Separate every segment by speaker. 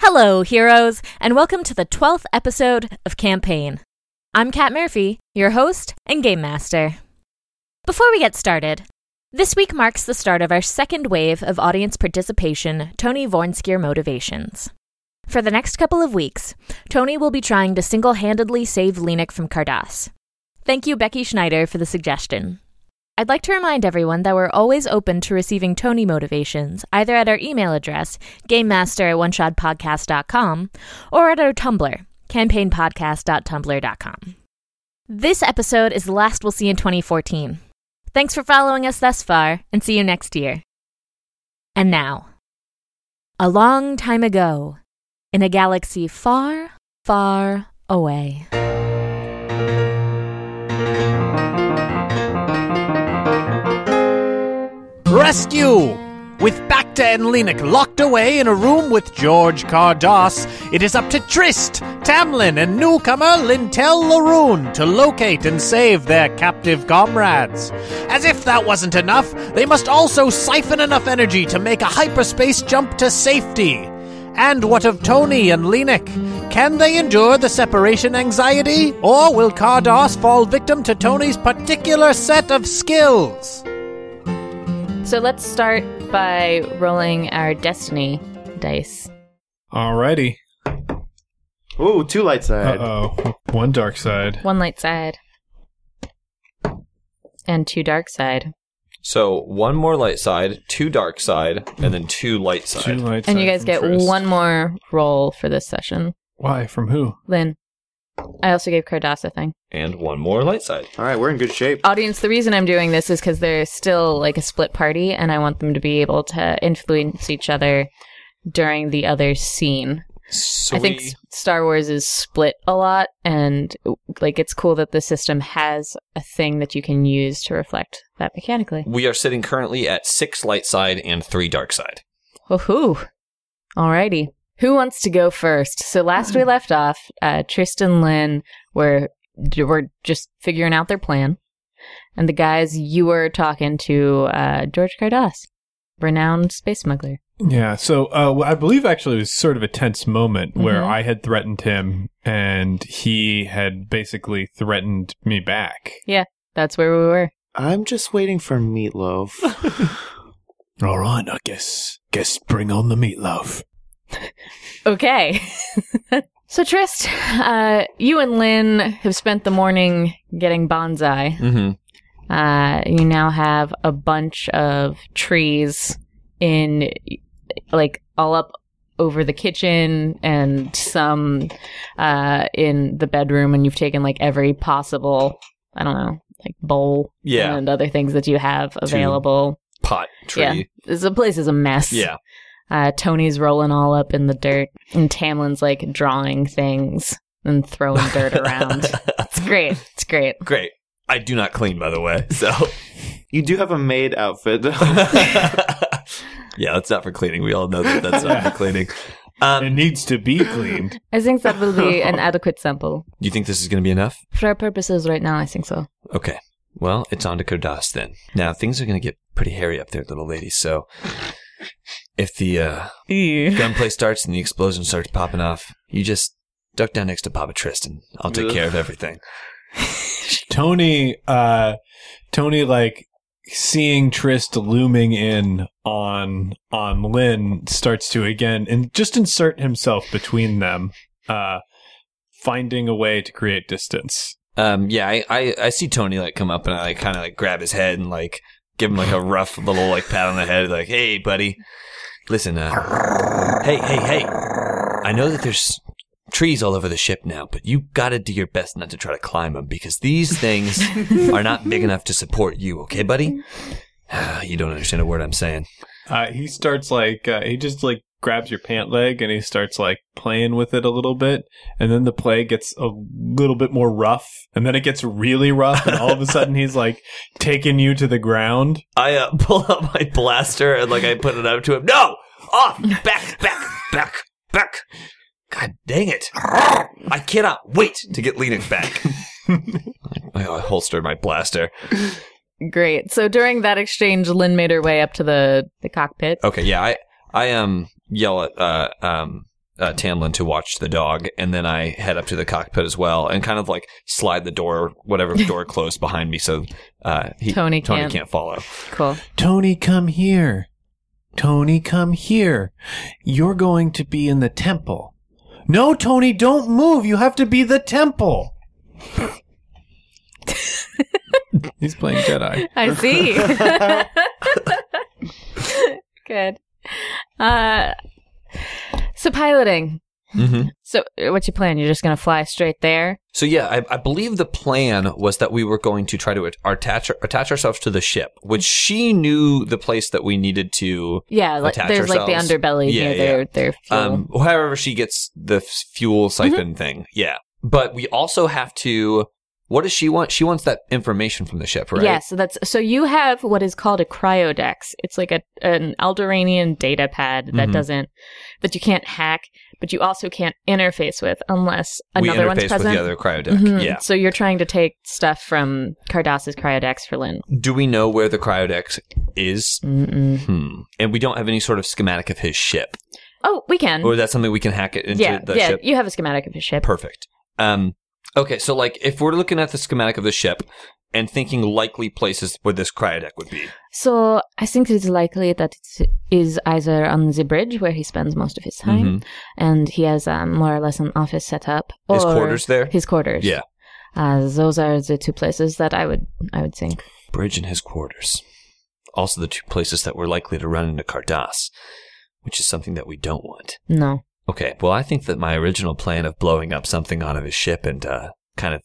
Speaker 1: Hello, heroes, and welcome to the 12th episode of Campaign. I'm Kat Murphy, your host and game master. Before we get started, this week marks the start of our second wave of audience participation Tony Vornskier Motivations. For the next couple of weeks, Tony will be trying to single handedly save Lenik from Cardass. Thank you, Becky Schneider, for the suggestion. I'd like to remind everyone that we're always open to receiving Tony motivations, either at our email address, gamemaster at oneshotpodcast.com, or at our Tumblr, campaignpodcast.tumblr.com. This episode is the last we'll see in 2014. Thanks for following us thus far, and see you next year. And now, a long time ago, in a galaxy far, far away.
Speaker 2: Rescue! With Bacta and Lenik locked away in a room with George Cardos, it is up to Trist, Tamlin, and newcomer Lintel Laroon to locate and save their captive comrades. As if that wasn't enough, they must also siphon enough energy to make a hyperspace jump to safety. And what of Tony and Lenik? Can they endure the separation anxiety, or will Cardos fall victim to Tony's particular set of skills?
Speaker 3: So let's start by rolling our destiny dice.
Speaker 4: Alrighty.
Speaker 5: Ooh, two light
Speaker 4: Uh
Speaker 5: side.
Speaker 4: oh. One dark side.
Speaker 3: One light side and two dark side.
Speaker 6: So one more light side, two dark side, and then two light side.
Speaker 4: Two light
Speaker 3: and you
Speaker 4: side
Speaker 3: guys
Speaker 4: from
Speaker 3: get
Speaker 4: Trist.
Speaker 3: one more roll for this session.
Speaker 4: Why? From who?
Speaker 3: Lynn. I also gave Cardass a thing.
Speaker 6: and one more light side.
Speaker 5: All right, we're in good shape.
Speaker 3: Audience, the reason I'm doing this is because they're still like a split party and I want them to be able to influence each other during the other scene.
Speaker 6: So
Speaker 3: I think
Speaker 6: we-
Speaker 3: S- Star Wars is split a lot, and like it's cool that the system has a thing that you can use to reflect that mechanically.
Speaker 6: we are sitting currently at six light side and three dark side.
Speaker 3: Woohoo! Alrighty, who wants to go first? So last we left off, uh, Tristan Lynn were d- were just figuring out their plan, and the guys you were talking to, uh, George Cardass, renowned space smuggler.
Speaker 4: Yeah. So uh, well, I believe actually it was sort of a tense moment where
Speaker 3: Mhm.
Speaker 4: I had threatened him and he had basically threatened me back.
Speaker 3: That's where we were.
Speaker 5: I'm just waiting for meatloaf.
Speaker 4: All right. I guess. Guess bring on the meatloaf.
Speaker 3: Okay. so Trist, uh, you and Lynn have spent the morning getting bonsai.
Speaker 6: Mm-hmm.
Speaker 3: Uh, you now have a bunch of trees in, like, all up over the kitchen and some uh, in the bedroom, and you've taken like every possible, I don't know, like bowl
Speaker 6: Yeah.
Speaker 3: and other things that you have available.
Speaker 6: Pot tree.
Speaker 3: This the place is a mess.
Speaker 6: Yeah.
Speaker 3: Uh, Tony's rolling all up in the dirt, and Tamlin's like drawing things and throwing dirt around. It's great. It's great.
Speaker 6: Great. I do not clean, by the way. So
Speaker 5: you do have a maid outfit, though.
Speaker 6: yeah, that's not for cleaning. We all know that that's not for cleaning.
Speaker 4: It
Speaker 6: Um,
Speaker 4: needs to be cleaned.
Speaker 3: I think that will be an adequate sample.
Speaker 6: you think this is going to be enough?
Speaker 3: For our purposes right now, I think so.
Speaker 6: Okay. Well, it's on to Kodas then. Now things are going to get pretty hairy up there, little lady. So if the uh, gunplay starts and the explosion starts popping off, you just duck down next to Papa Tristan. I'll take
Speaker 5: Ugh.
Speaker 6: care of everything.
Speaker 4: Tony. Uh, Tony like. Seeing Trist looming in on on Lynn starts to again and just insert himself between them, uh, finding a way to create distance.
Speaker 6: Um, yeah, I, I, I see Tony like come up and I like kind of like grab his head and like give him like a rough little like pat on the head, like, "Hey, buddy, listen, uh, hey, hey, hey, I know that there's trees all over the ship now, but you gotta do your best not to try to climb them because these things are not big enough to support you, okay, buddy? you don't understand a word I'm saying.
Speaker 4: Uh, he starts like uh, he just like grabs your pant leg and he starts like playing with it a little bit, and then the play gets a little bit more rough, and then it gets really rough, and all of a sudden he's like taking you to the ground.
Speaker 6: I uh, pull out my blaster and like I put it up to him. No, off, back, back, back, back. God dang it! I cannot wait to get Lenix back. I I holstered my blaster.
Speaker 3: Great. So during that exchange, Lynn
Speaker 6: Oh.
Speaker 3: made her way up to the, the cockpit.
Speaker 6: Okay, yeah, I I um yell at uh um uh, Tamlin to watch the dog, and then I head up to the cockpit as well, and kind of like slide the door, whatever door closed behind me, so uh, he,
Speaker 3: Tony
Speaker 6: Tony
Speaker 3: can't.
Speaker 6: can't follow.
Speaker 3: Cool.
Speaker 4: Tony, come here. Tony, come here. You're going to be in the temple. No, Tony, don't move. You have to be the temple. He's playing Jedi.
Speaker 3: I see. Good. Uh, so piloting.
Speaker 6: Mm-hmm.
Speaker 3: So uh, what's your plan? You're just gonna fly straight there?
Speaker 6: So yeah, I, I believe the plan was that we were going to try to at- attach attach ourselves to the ship, which she knew the place that we needed to.
Speaker 3: Yeah, like,
Speaker 6: Attach
Speaker 3: there's like the
Speaker 6: ourselves.
Speaker 3: underbelly
Speaker 6: Yeah,
Speaker 3: near
Speaker 6: yeah.
Speaker 3: their their fuel.
Speaker 6: Um, however, she gets the f-
Speaker 3: Mm-hmm.
Speaker 6: fuel siphon thing. Yeah, but we also have to. What does she want? She wants that information from the ship, right?
Speaker 3: Yeah, so that's so you have what is called a cryodex. It's like a an Eldoranian data pad that
Speaker 6: Mhm.
Speaker 3: doesn't that you can't hack, but you also can't interface with unless
Speaker 6: we
Speaker 3: another
Speaker 6: interface
Speaker 3: one's
Speaker 6: with
Speaker 3: present.
Speaker 6: the other cryodeck.
Speaker 3: Mhm.
Speaker 6: Yeah.
Speaker 3: So you're trying to take stuff from Cardass's cryodex for Lynn.
Speaker 6: Do we know where the cryodex is?
Speaker 3: Mm-mm.
Speaker 6: Hmm. And we don't have any sort of schematic of his ship,
Speaker 3: Oh, we can.
Speaker 6: or is that something we can hack it into
Speaker 3: yeah,
Speaker 6: the
Speaker 3: yeah.
Speaker 6: ship?
Speaker 3: You have a schematic of his ship.
Speaker 6: Perfect. Um, okay, so like if we're looking at the schematic of the ship and thinking likely places where this cryodeck would be,
Speaker 3: So I think it's likely that it is either on the bridge where he spends most of his time, and he has um, more or less an office set up, or
Speaker 6: Mm-hmm. his quarters there,
Speaker 3: His quarters.
Speaker 6: Yeah.
Speaker 3: Uh, those are the two places that I would I would think.
Speaker 6: bridge and his quarters, also the two places that we're likely to run into Cardass, which is something that we don't want.
Speaker 3: No.
Speaker 6: Okay, well I think that my original plan of blowing up something out of his ship and uh, kind of,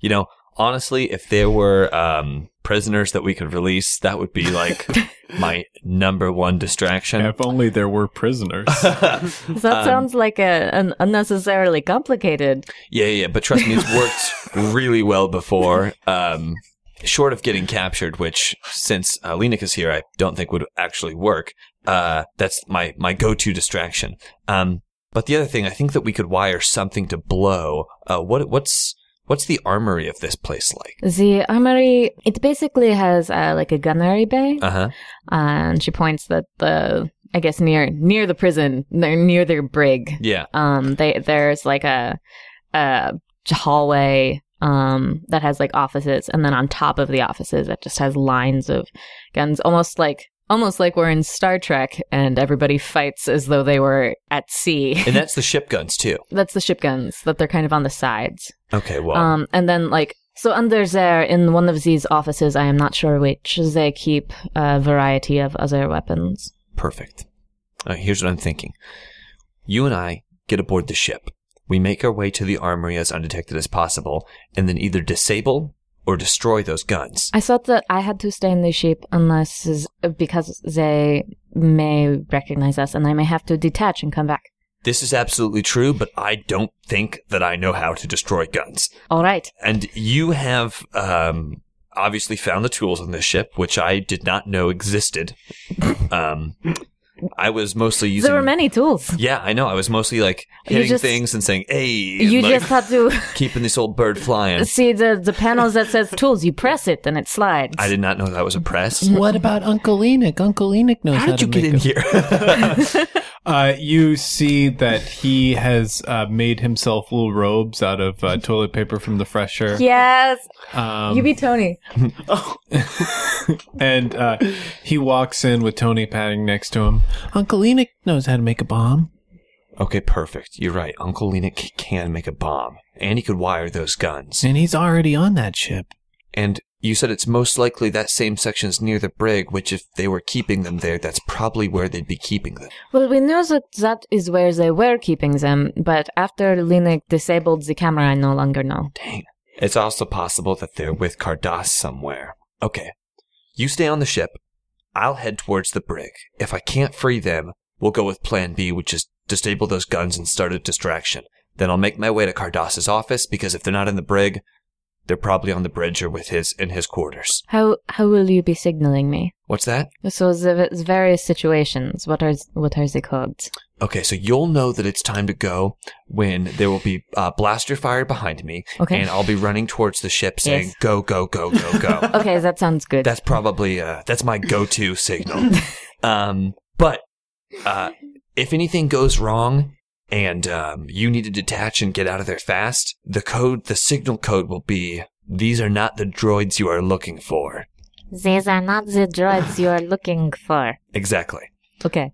Speaker 6: you know, honestly, if there were um, prisoners that we could release, that would be like my number one distraction.
Speaker 4: If only there were prisoners.
Speaker 3: That
Speaker 6: Um,
Speaker 3: sounds like a, an unnecessarily complicated.
Speaker 6: Yeah, yeah, but trust me, it's worked really well before. Um, short of getting captured, which since uh, Lenik is here, I don't think would actually work. Uh, that's my my go to distraction. Um, but the other thing, I think that we could wire something to blow. Uh, what what's what's the armory of this place like?
Speaker 3: The armory, it basically has uh, like a gunnery bay,
Speaker 6: Uh huh.
Speaker 3: and she points that the I guess near near the prison, near, near their brig.
Speaker 6: Yeah.
Speaker 3: Um, they there's like a a hallway um that has like offices, and then on top of the offices, it just has lines of guns, almost like almost like we're in Star Trek, and everybody fights as though they were at sea.
Speaker 6: And that's the ship guns too.
Speaker 3: That's the ship guns that they're kind of on the sides.
Speaker 6: Okay, well,
Speaker 3: Um, and then like so under there in one of these offices, I am not sure which they keep a variety of other weapons.
Speaker 6: Perfect. All right, here's what I'm thinking. You and I get aboard the ship. We make our way to the armory as undetected as possible, and then either disable or destroy those guns.
Speaker 3: I thought that I had to stay in the ship unless because they may recognize us, and I may have to detach and come back.
Speaker 6: This is absolutely true, but I don't think that I know how to destroy guns.
Speaker 3: All right.
Speaker 6: And you have um, obviously found the tools on this ship, which I did not know existed. um, I was mostly using.
Speaker 3: there were many tools.
Speaker 6: Yeah, I know. I was mostly like
Speaker 3: You
Speaker 6: hitting
Speaker 3: just-
Speaker 6: things and saying, "Hey,"
Speaker 3: You
Speaker 6: and, like,
Speaker 3: just had to
Speaker 6: keeping this old bird flying.
Speaker 3: see the the panels that says tools. You press it and it slides.
Speaker 6: I did not know that was a press.
Speaker 4: what about Uncle Enoch? Uncle Enoch knows
Speaker 6: Mm-hmm. How did you get
Speaker 4: make
Speaker 6: in here?
Speaker 4: Uh, you see that he has uh, made himself little robes out of uh, toilet paper from the fresher.
Speaker 3: Yes,
Speaker 4: Um,
Speaker 3: you be Tony.
Speaker 4: and uh, he walks in with Tony patting next to him. Uncle Enoch knows how to make a bomb.
Speaker 6: okay, perfect. You're right. Uncle Enoch can make a bomb, and he could wire those guns.
Speaker 4: And he's already on that ship.
Speaker 6: And you said it's most likely that same section's near the brig, which if they were keeping them there, that's probably where they'd be keeping them.
Speaker 3: Well, we know that that is where they were keeping them, but after Linux disabled the camera, I no longer know.
Speaker 6: Dang. It's also possible that they're with Cardass somewhere. Okay. You stay on the ship. I'll head towards the brig. If I can't free them, we'll go with plan B, which is disable those guns and start a distraction. Then I'll make my way to Cardass's office because if they're not in the brig, they're probably on the bridge or with his in his quarters.
Speaker 3: How how will you be signaling me?
Speaker 6: What's that?
Speaker 3: So the the various situations. What are what are they called?
Speaker 6: Okay, so you'll know that it's time to go when there will be uh, blaster fire behind me,
Speaker 3: Okay.
Speaker 6: and I'll be running towards the ship saying,
Speaker 3: Yes.
Speaker 6: "Go, go, go, go, go."
Speaker 3: Okay, that sounds good.
Speaker 6: That's probably uh, that's my go-to signal. um, but uh, if anything goes wrong, and um, you need to detach and get out of there fast, the code, the signal code will be these are not the droids you are looking for.
Speaker 1: These are not the droids you are looking for.
Speaker 6: Exactly.
Speaker 3: Okay.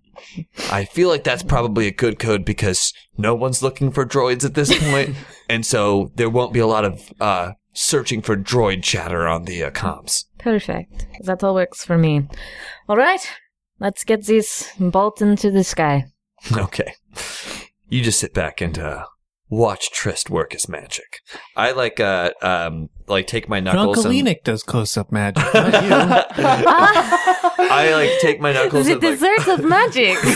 Speaker 6: I feel like that's probably a good code because no one's looking for droids at this point, and so there won't be a lot of uh, searching for droid chatter on the uh, comms.
Speaker 3: Perfect. That all works for me. All right. Let's get this bolt into the sky.
Speaker 6: Okay. You just sit back and uh, watch Trist work his magic. I like uh um like take my knuckles and
Speaker 4: Broncolinic does close up magic. Not you.
Speaker 6: I like take my knuckles
Speaker 3: the
Speaker 6: and like
Speaker 3: dessert of magic.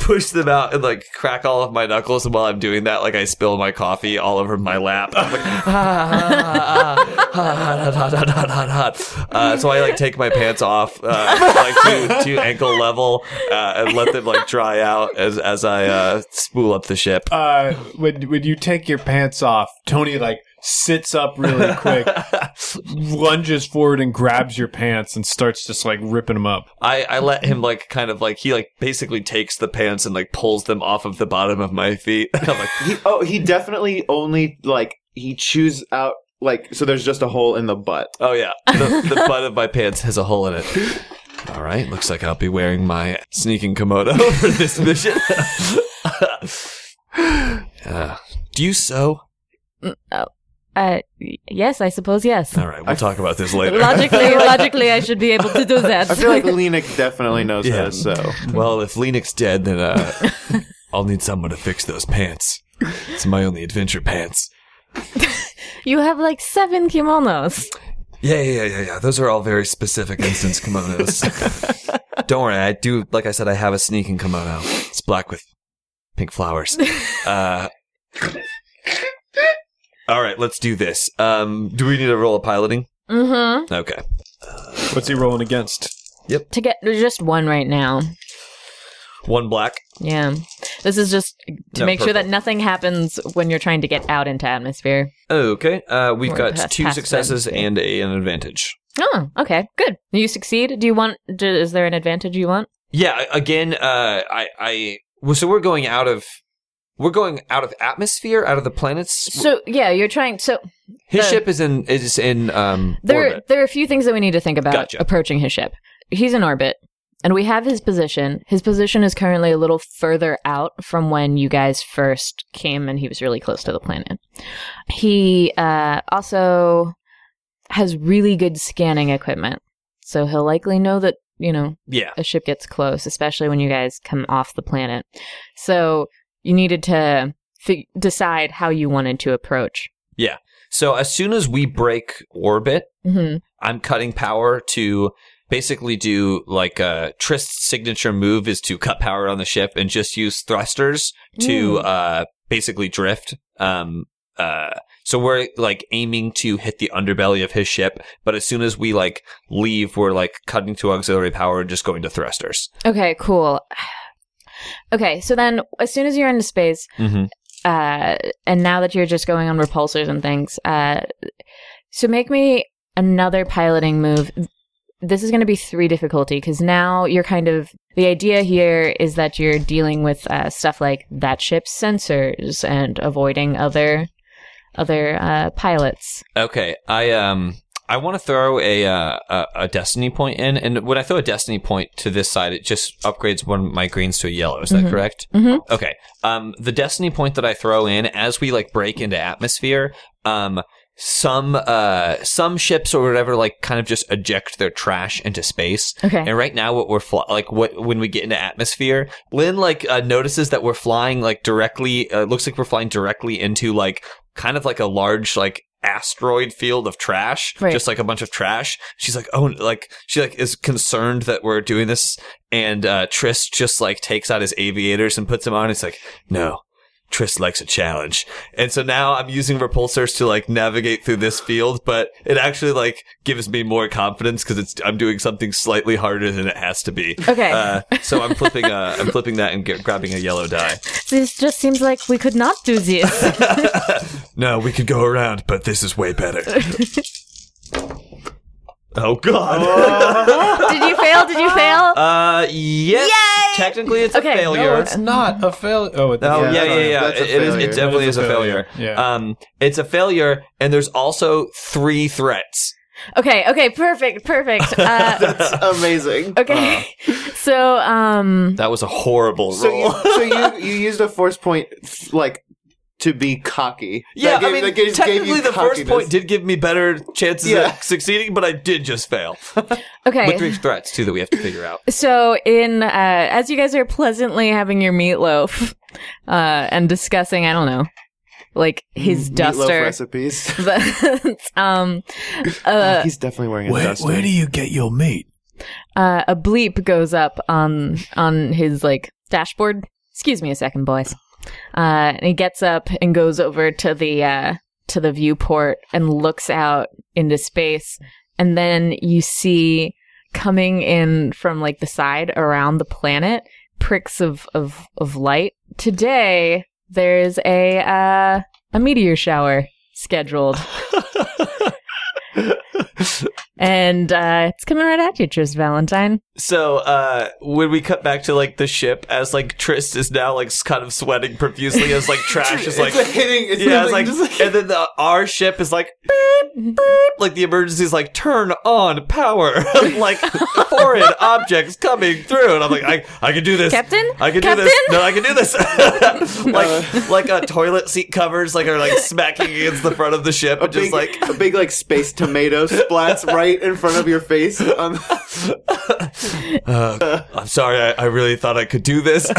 Speaker 6: push them out and like crack all of my knuckles and while I'm doing that like I spill my coffee all over my lap. I'm like, "Ah, ah, ah, ah, hot, hot, hot, hot, hot, hot, hot." Uh, so I like take my pants off uh, like to, to ankle level uh, and let them like dry out as as I uh, spool up the ship.
Speaker 4: uh, when when you take your pants off, Tony like sits up really quick, lunges forward and grabs your pants and starts just like ripping them up.
Speaker 6: I, I let him like kind of like he like basically takes the pants and like pulls them off of the bottom of my feet. I'm like,
Speaker 5: He, oh, he definitely only like he chews out like so. There's just a hole in the butt.
Speaker 6: oh yeah, the, the butt of my pants has a hole in it. All right, looks like I'll be wearing my sneaking komodo for this mission. uh, do you sew?
Speaker 3: uh, yes, I suppose yes.
Speaker 6: All right, we'll talk about this later.
Speaker 3: Logically, logically, I should be able to do that.
Speaker 5: I feel like Lenik definitely knows
Speaker 6: Yeah.
Speaker 5: how to sew.
Speaker 6: well, if Lennox dead, then uh, I'll need someone to fix those pants. It's my only adventure pants.
Speaker 3: you have like seven kimonos.
Speaker 6: Yeah, yeah, yeah, yeah, yeah. Those are all very specific instance kimonos. Don't worry, I do. Like I said, I have a sneaking kimono. It's black with pink flowers. Uh, all right, let's do this. Um, do we need to roll a piloting?
Speaker 3: Mm-hmm.
Speaker 6: Okay.
Speaker 4: What's he rolling against?
Speaker 3: To get there's just one right now.
Speaker 6: One black.
Speaker 3: Yeah. This is just to
Speaker 6: No,
Speaker 3: make sure
Speaker 6: purple.
Speaker 3: that nothing happens when you're trying to get out into atmosphere.
Speaker 6: Okay. Uh, we've
Speaker 3: Or
Speaker 6: got
Speaker 3: pass-
Speaker 6: two
Speaker 3: pass
Speaker 6: successes
Speaker 3: them.
Speaker 6: and a, an advantage.
Speaker 3: Oh, okay. Good. You succeed. Do you want do, is there an advantage you want?
Speaker 6: Yeah. Again, uh, I, I. well, So we're going out of. We're going out of atmosphere, out of the planets.
Speaker 3: So, yeah, you're trying so
Speaker 6: His
Speaker 3: the-
Speaker 6: ship is in is in um
Speaker 3: there
Speaker 6: orbit.
Speaker 3: there are a few things that we need to think about
Speaker 6: Gotcha.
Speaker 3: approaching his ship. He's in orbit and we have his position. His position is currently a little further out from when you guys first came and he was really close to the planet. He uh, also has really good scanning equipment. So he'll likely know that, you know,
Speaker 6: Yeah.
Speaker 3: a ship gets close, especially when you guys come off the planet. So you needed to fi- decide how you wanted to approach.
Speaker 6: So as soon as we break orbit,
Speaker 3: hmm
Speaker 6: I'm cutting power to basically do like uh Trist's signature move is to cut power on the ship and just use thrusters to
Speaker 3: Mm.
Speaker 6: uh basically drift. Um uh so we're like aiming to hit the underbelly of his ship, but as soon as we like leave, we're like cutting to auxiliary power and just going to thrusters.
Speaker 3: Okay, cool. Okay, so then as soon as you're into space,
Speaker 6: Mm-hmm.
Speaker 3: uh, and now that you're just going on repulsors and things, uh, so make me another piloting move. This is going to be three difficulty because now you're kind of the idea here is that you're dealing with uh, stuff like that ship's sensors and avoiding other other uh, pilots.
Speaker 6: Okay, I um I want to throw a, uh, a a destiny point in, and when I throw a destiny point to this side, it just upgrades one of my greens to a yellow. Is that
Speaker 3: Mhm.
Speaker 6: correct?
Speaker 3: Mhm.
Speaker 6: Okay. Um, the destiny point that I throw in as we like break into atmosphere, um, some uh some ships or whatever like kind of just eject their trash into space.
Speaker 3: Okay.
Speaker 6: And right now, what we're fly- like, what when we get into atmosphere, Lynn like uh, notices that we're flying like directly. Uh, looks like we're flying directly into like kind of like a large like asteroid field of trash,
Speaker 3: Right.
Speaker 6: just like a bunch of trash. She's like, oh, like she like is concerned that we're doing this, and uh, Triss just like takes out his aviators and puts them on. It's like, no. Triss likes a challenge. And so now I'm using repulsors to like navigate through this field, but it actually like gives me more confidence because it's I'm doing something slightly harder than it has to be.
Speaker 3: Okay.
Speaker 6: Uh, so I'm flipping uh, I'm flipping that and get, grabbing a yellow die.
Speaker 3: this just seems like we could not do this.
Speaker 6: No, we could go around, but this is way better. Oh God.
Speaker 1: Did you fail? Did you fail?
Speaker 6: Uh, yes.
Speaker 1: Yay!
Speaker 6: Technically, it's
Speaker 1: Okay.
Speaker 6: a
Speaker 1: No,
Speaker 6: failure.
Speaker 4: No, it's not a failure. Oh, it's
Speaker 6: Oh
Speaker 5: Yeah,
Speaker 6: yeah, yeah,
Speaker 5: that's
Speaker 6: yeah.
Speaker 5: a- that's a
Speaker 6: It- it is.
Speaker 5: failure.
Speaker 6: It definitely
Speaker 4: That
Speaker 6: is a failure.
Speaker 4: Yeah.
Speaker 6: Um, it's a failure, and there's also three threats.
Speaker 3: Okay, okay, perfect, perfect. Uh,
Speaker 5: That's amazing.
Speaker 3: okay. So, um,
Speaker 6: That was a horrible
Speaker 5: So
Speaker 6: roll.
Speaker 5: you, so you you used a force point f- like to be cocky.
Speaker 6: yeah,
Speaker 5: That gave-
Speaker 6: I mean,
Speaker 5: that gave- gave
Speaker 6: technically,
Speaker 5: you
Speaker 6: the first
Speaker 5: cockiness.
Speaker 6: point did give me better chances
Speaker 5: Yeah.
Speaker 6: at succeeding, but I did just fail. With three
Speaker 3: okay.
Speaker 6: threats too that we have to figure out.
Speaker 3: So, in uh, as you guys are pleasantly having your meatloaf uh, and discussing, I don't know, like his
Speaker 5: Mm, Meatloaf
Speaker 3: duster.
Speaker 5: recipes.
Speaker 3: But, um, uh,
Speaker 5: He's definitely wearing a
Speaker 4: Where,
Speaker 5: duster.
Speaker 4: where do you get your meat?
Speaker 3: uh, a bleep goes up on on his like dashboard. Excuse me a second, boys. Uh, and he gets up and goes over to the uh, to the viewport and looks out into space, and then you see coming in from like the side around the planet pricks of of of light. Today there's a uh, a meteor shower scheduled. And uh, it's coming right at you, Tris Valentine.
Speaker 6: So uh when we cut back to like the ship as like Trist is now like s- kind of sweating profusely as like trash is like
Speaker 5: it's like hitting. It's
Speaker 6: yeah, it's like,
Speaker 5: like, just like-
Speaker 6: and then the, our ship is like, beep, beep, like the emergency is like, turn on power, like foreign objects coming through, and I'm like, I, I can do this,
Speaker 3: Captain?
Speaker 6: I can do this,
Speaker 3: Captain?
Speaker 6: no, I can do this, like, like a toilet seat covers, like are like smacking against the front of the ship,
Speaker 5: a
Speaker 6: and
Speaker 5: big,
Speaker 6: just like,
Speaker 5: a big like space tomato splats right in front of your face. On
Speaker 6: uh, I'm sorry, I, I really thought I could do this.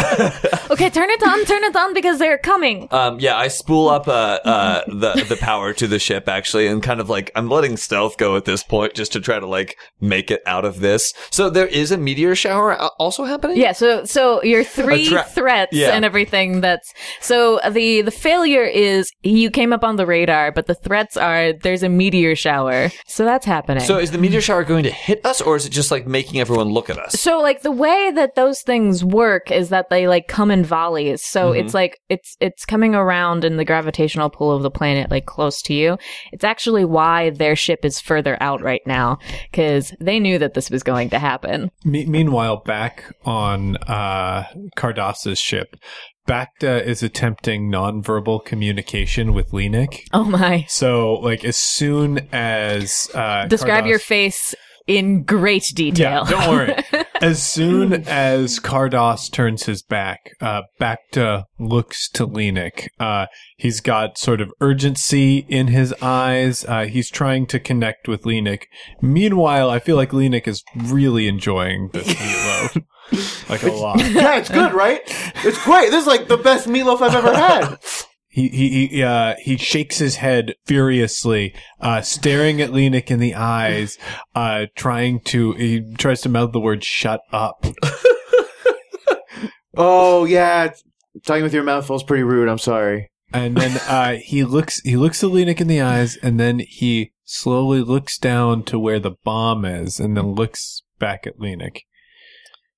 Speaker 3: Okay, turn it on, turn it on because they're coming.
Speaker 6: Um, yeah, I spool up uh, uh, the the power to the ship actually, and kind of like I'm letting stealth go at this point just to try to like make it out of this. So there is a meteor shower a- also happening.
Speaker 3: Yeah, so so your three
Speaker 6: tra-
Speaker 3: threats
Speaker 6: Yeah.
Speaker 3: and everything that's so the the failure is you came up on the radar, but the threats are there's a meteor shower. So that's happening.
Speaker 6: So is the meteor shower going to hit us, or is it just like making everyone look at us?
Speaker 3: so like the way that those things work is that they like come in volleys so
Speaker 6: Mhm.
Speaker 3: it's like it's it's coming around in the gravitational pull of the planet like close to you it's actually why their ship is further out right now because they knew that this was going to happen
Speaker 4: Me- meanwhile, back on uh, Cardassa's ship, Bacta is attempting nonverbal communication with Lenik.
Speaker 3: oh my
Speaker 4: So, like, as soon as uh,
Speaker 3: describe
Speaker 4: Cardass-
Speaker 3: your face in great detail
Speaker 4: Yeah, don't worry. as soon as Cardos turns his back, uh, Bacta looks to Lenik. Uh, he's got sort of urgency in his eyes. Uh, he's trying to connect with Lenik. Meanwhile, I feel like Lenik is really enjoying this meatloaf, like a lot.
Speaker 5: yeah, it's good, right? It's great. This is like the best meatloaf I've ever had.
Speaker 4: He he he, uh, he shakes his head furiously, uh, staring at Lenik in the eyes, uh, trying to he tries to mouth the word "shut up."
Speaker 5: Oh yeah, it's- talking with your mouth full is pretty rude. I'm sorry.
Speaker 4: And then uh, he looks he looks at Lenik in the eyes, and then he slowly looks down to where the bomb is, and then looks back at Lenik.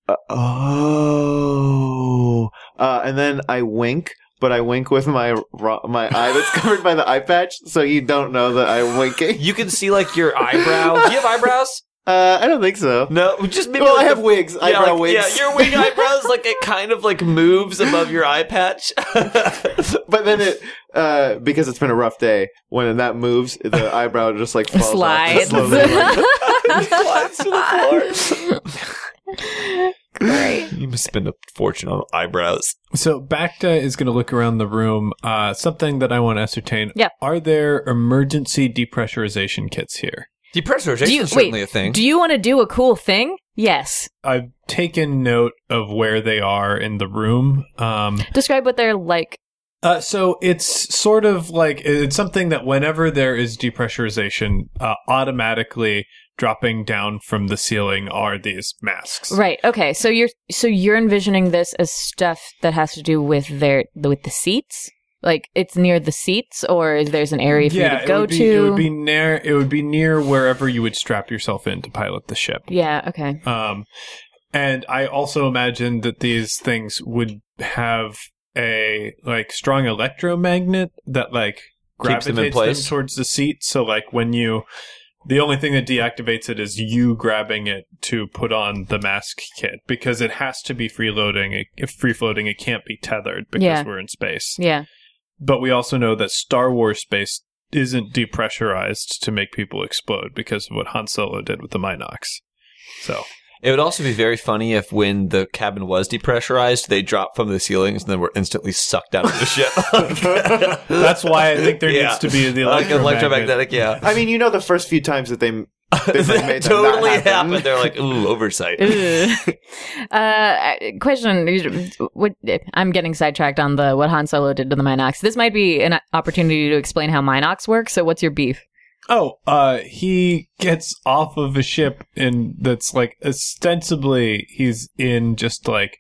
Speaker 5: Uh, oh, uh, and then I wink, but I wink with my ro- my eye that's covered by the eye patch, so you don't know that I'm winking.
Speaker 6: You can see like your eyebrow. Do you have eyebrows?
Speaker 5: Uh, I don't think so.
Speaker 6: No, just maybe.
Speaker 5: well,
Speaker 6: like
Speaker 5: I have
Speaker 6: the-
Speaker 5: wigs,
Speaker 6: yeah,
Speaker 5: eyebrow
Speaker 6: like-
Speaker 5: wigs.
Speaker 6: Yeah, your wig eyebrows like it kind of like moves above your eye patch.
Speaker 5: but then it uh, because it's been a rough day. When that moves, the eyebrow just like falls off and
Speaker 3: slides
Speaker 5: slowly, like,
Speaker 6: Slides to the floor.
Speaker 3: great
Speaker 6: You must spend a fortune on eyebrows.
Speaker 4: So Bacta is going to look around the room. Uh, something that I want to ascertain:
Speaker 3: Yep.
Speaker 4: are there emergency depressurization kits here?
Speaker 6: Depressurization
Speaker 3: Do you-
Speaker 6: is certainly
Speaker 3: wait,
Speaker 6: a thing.
Speaker 3: do you want to do a cool thing yes
Speaker 4: I've taken note of where they are in the room. Um,
Speaker 3: describe what they're like
Speaker 4: Uh, so it's sort of like it's something that whenever there is depressurization, uh, automatically dropping down from the ceiling are these masks.
Speaker 3: Right. Okay. So you're so you're envisioning this as stuff that has to do with their with the seats. Like it's near the seats, or there's an area for you
Speaker 4: Yeah,
Speaker 3: to
Speaker 4: it
Speaker 3: go
Speaker 4: would, be,
Speaker 3: to.
Speaker 4: it would be near. It would be near wherever you would strap yourself in to pilot the ship.
Speaker 3: yeah. Okay.
Speaker 4: Um, and I also imagine that these things would have a like strong electromagnet that like
Speaker 6: Keeps
Speaker 4: gravitates
Speaker 6: them in place.
Speaker 4: towards the seat. So like when you The only thing that deactivates it is you grabbing it to put on the mask kit because it has to be freeloading. It- If free floating, it can't be tethered because
Speaker 3: Yeah.
Speaker 4: we're in space.
Speaker 3: Yeah.
Speaker 4: But we also know that Star Wars space isn't depressurized to make people explode because of what Han Solo did with the Minox. So
Speaker 6: It would also be very funny if, when the cabin was depressurized, they dropped from the ceilings and then were instantly sucked out of the ship.
Speaker 4: that's why I think there
Speaker 6: Yeah.
Speaker 4: needs to be the
Speaker 6: like
Speaker 4: electromagnet.
Speaker 6: electromagnetic, yeah.
Speaker 5: I mean, you know, the first few times that they that they
Speaker 6: that
Speaker 5: made them not
Speaker 6: totally
Speaker 5: happen.
Speaker 6: happened. They're like, ooh, oversight.
Speaker 3: Ugh. uh, question. What, I'm getting sidetracked on the what Han Solo did to the Minox. This might be an opportunity to explain how Minox works. So, what's your beef?
Speaker 4: Oh, uh, he gets off of a ship and that's like ostensibly he's in just like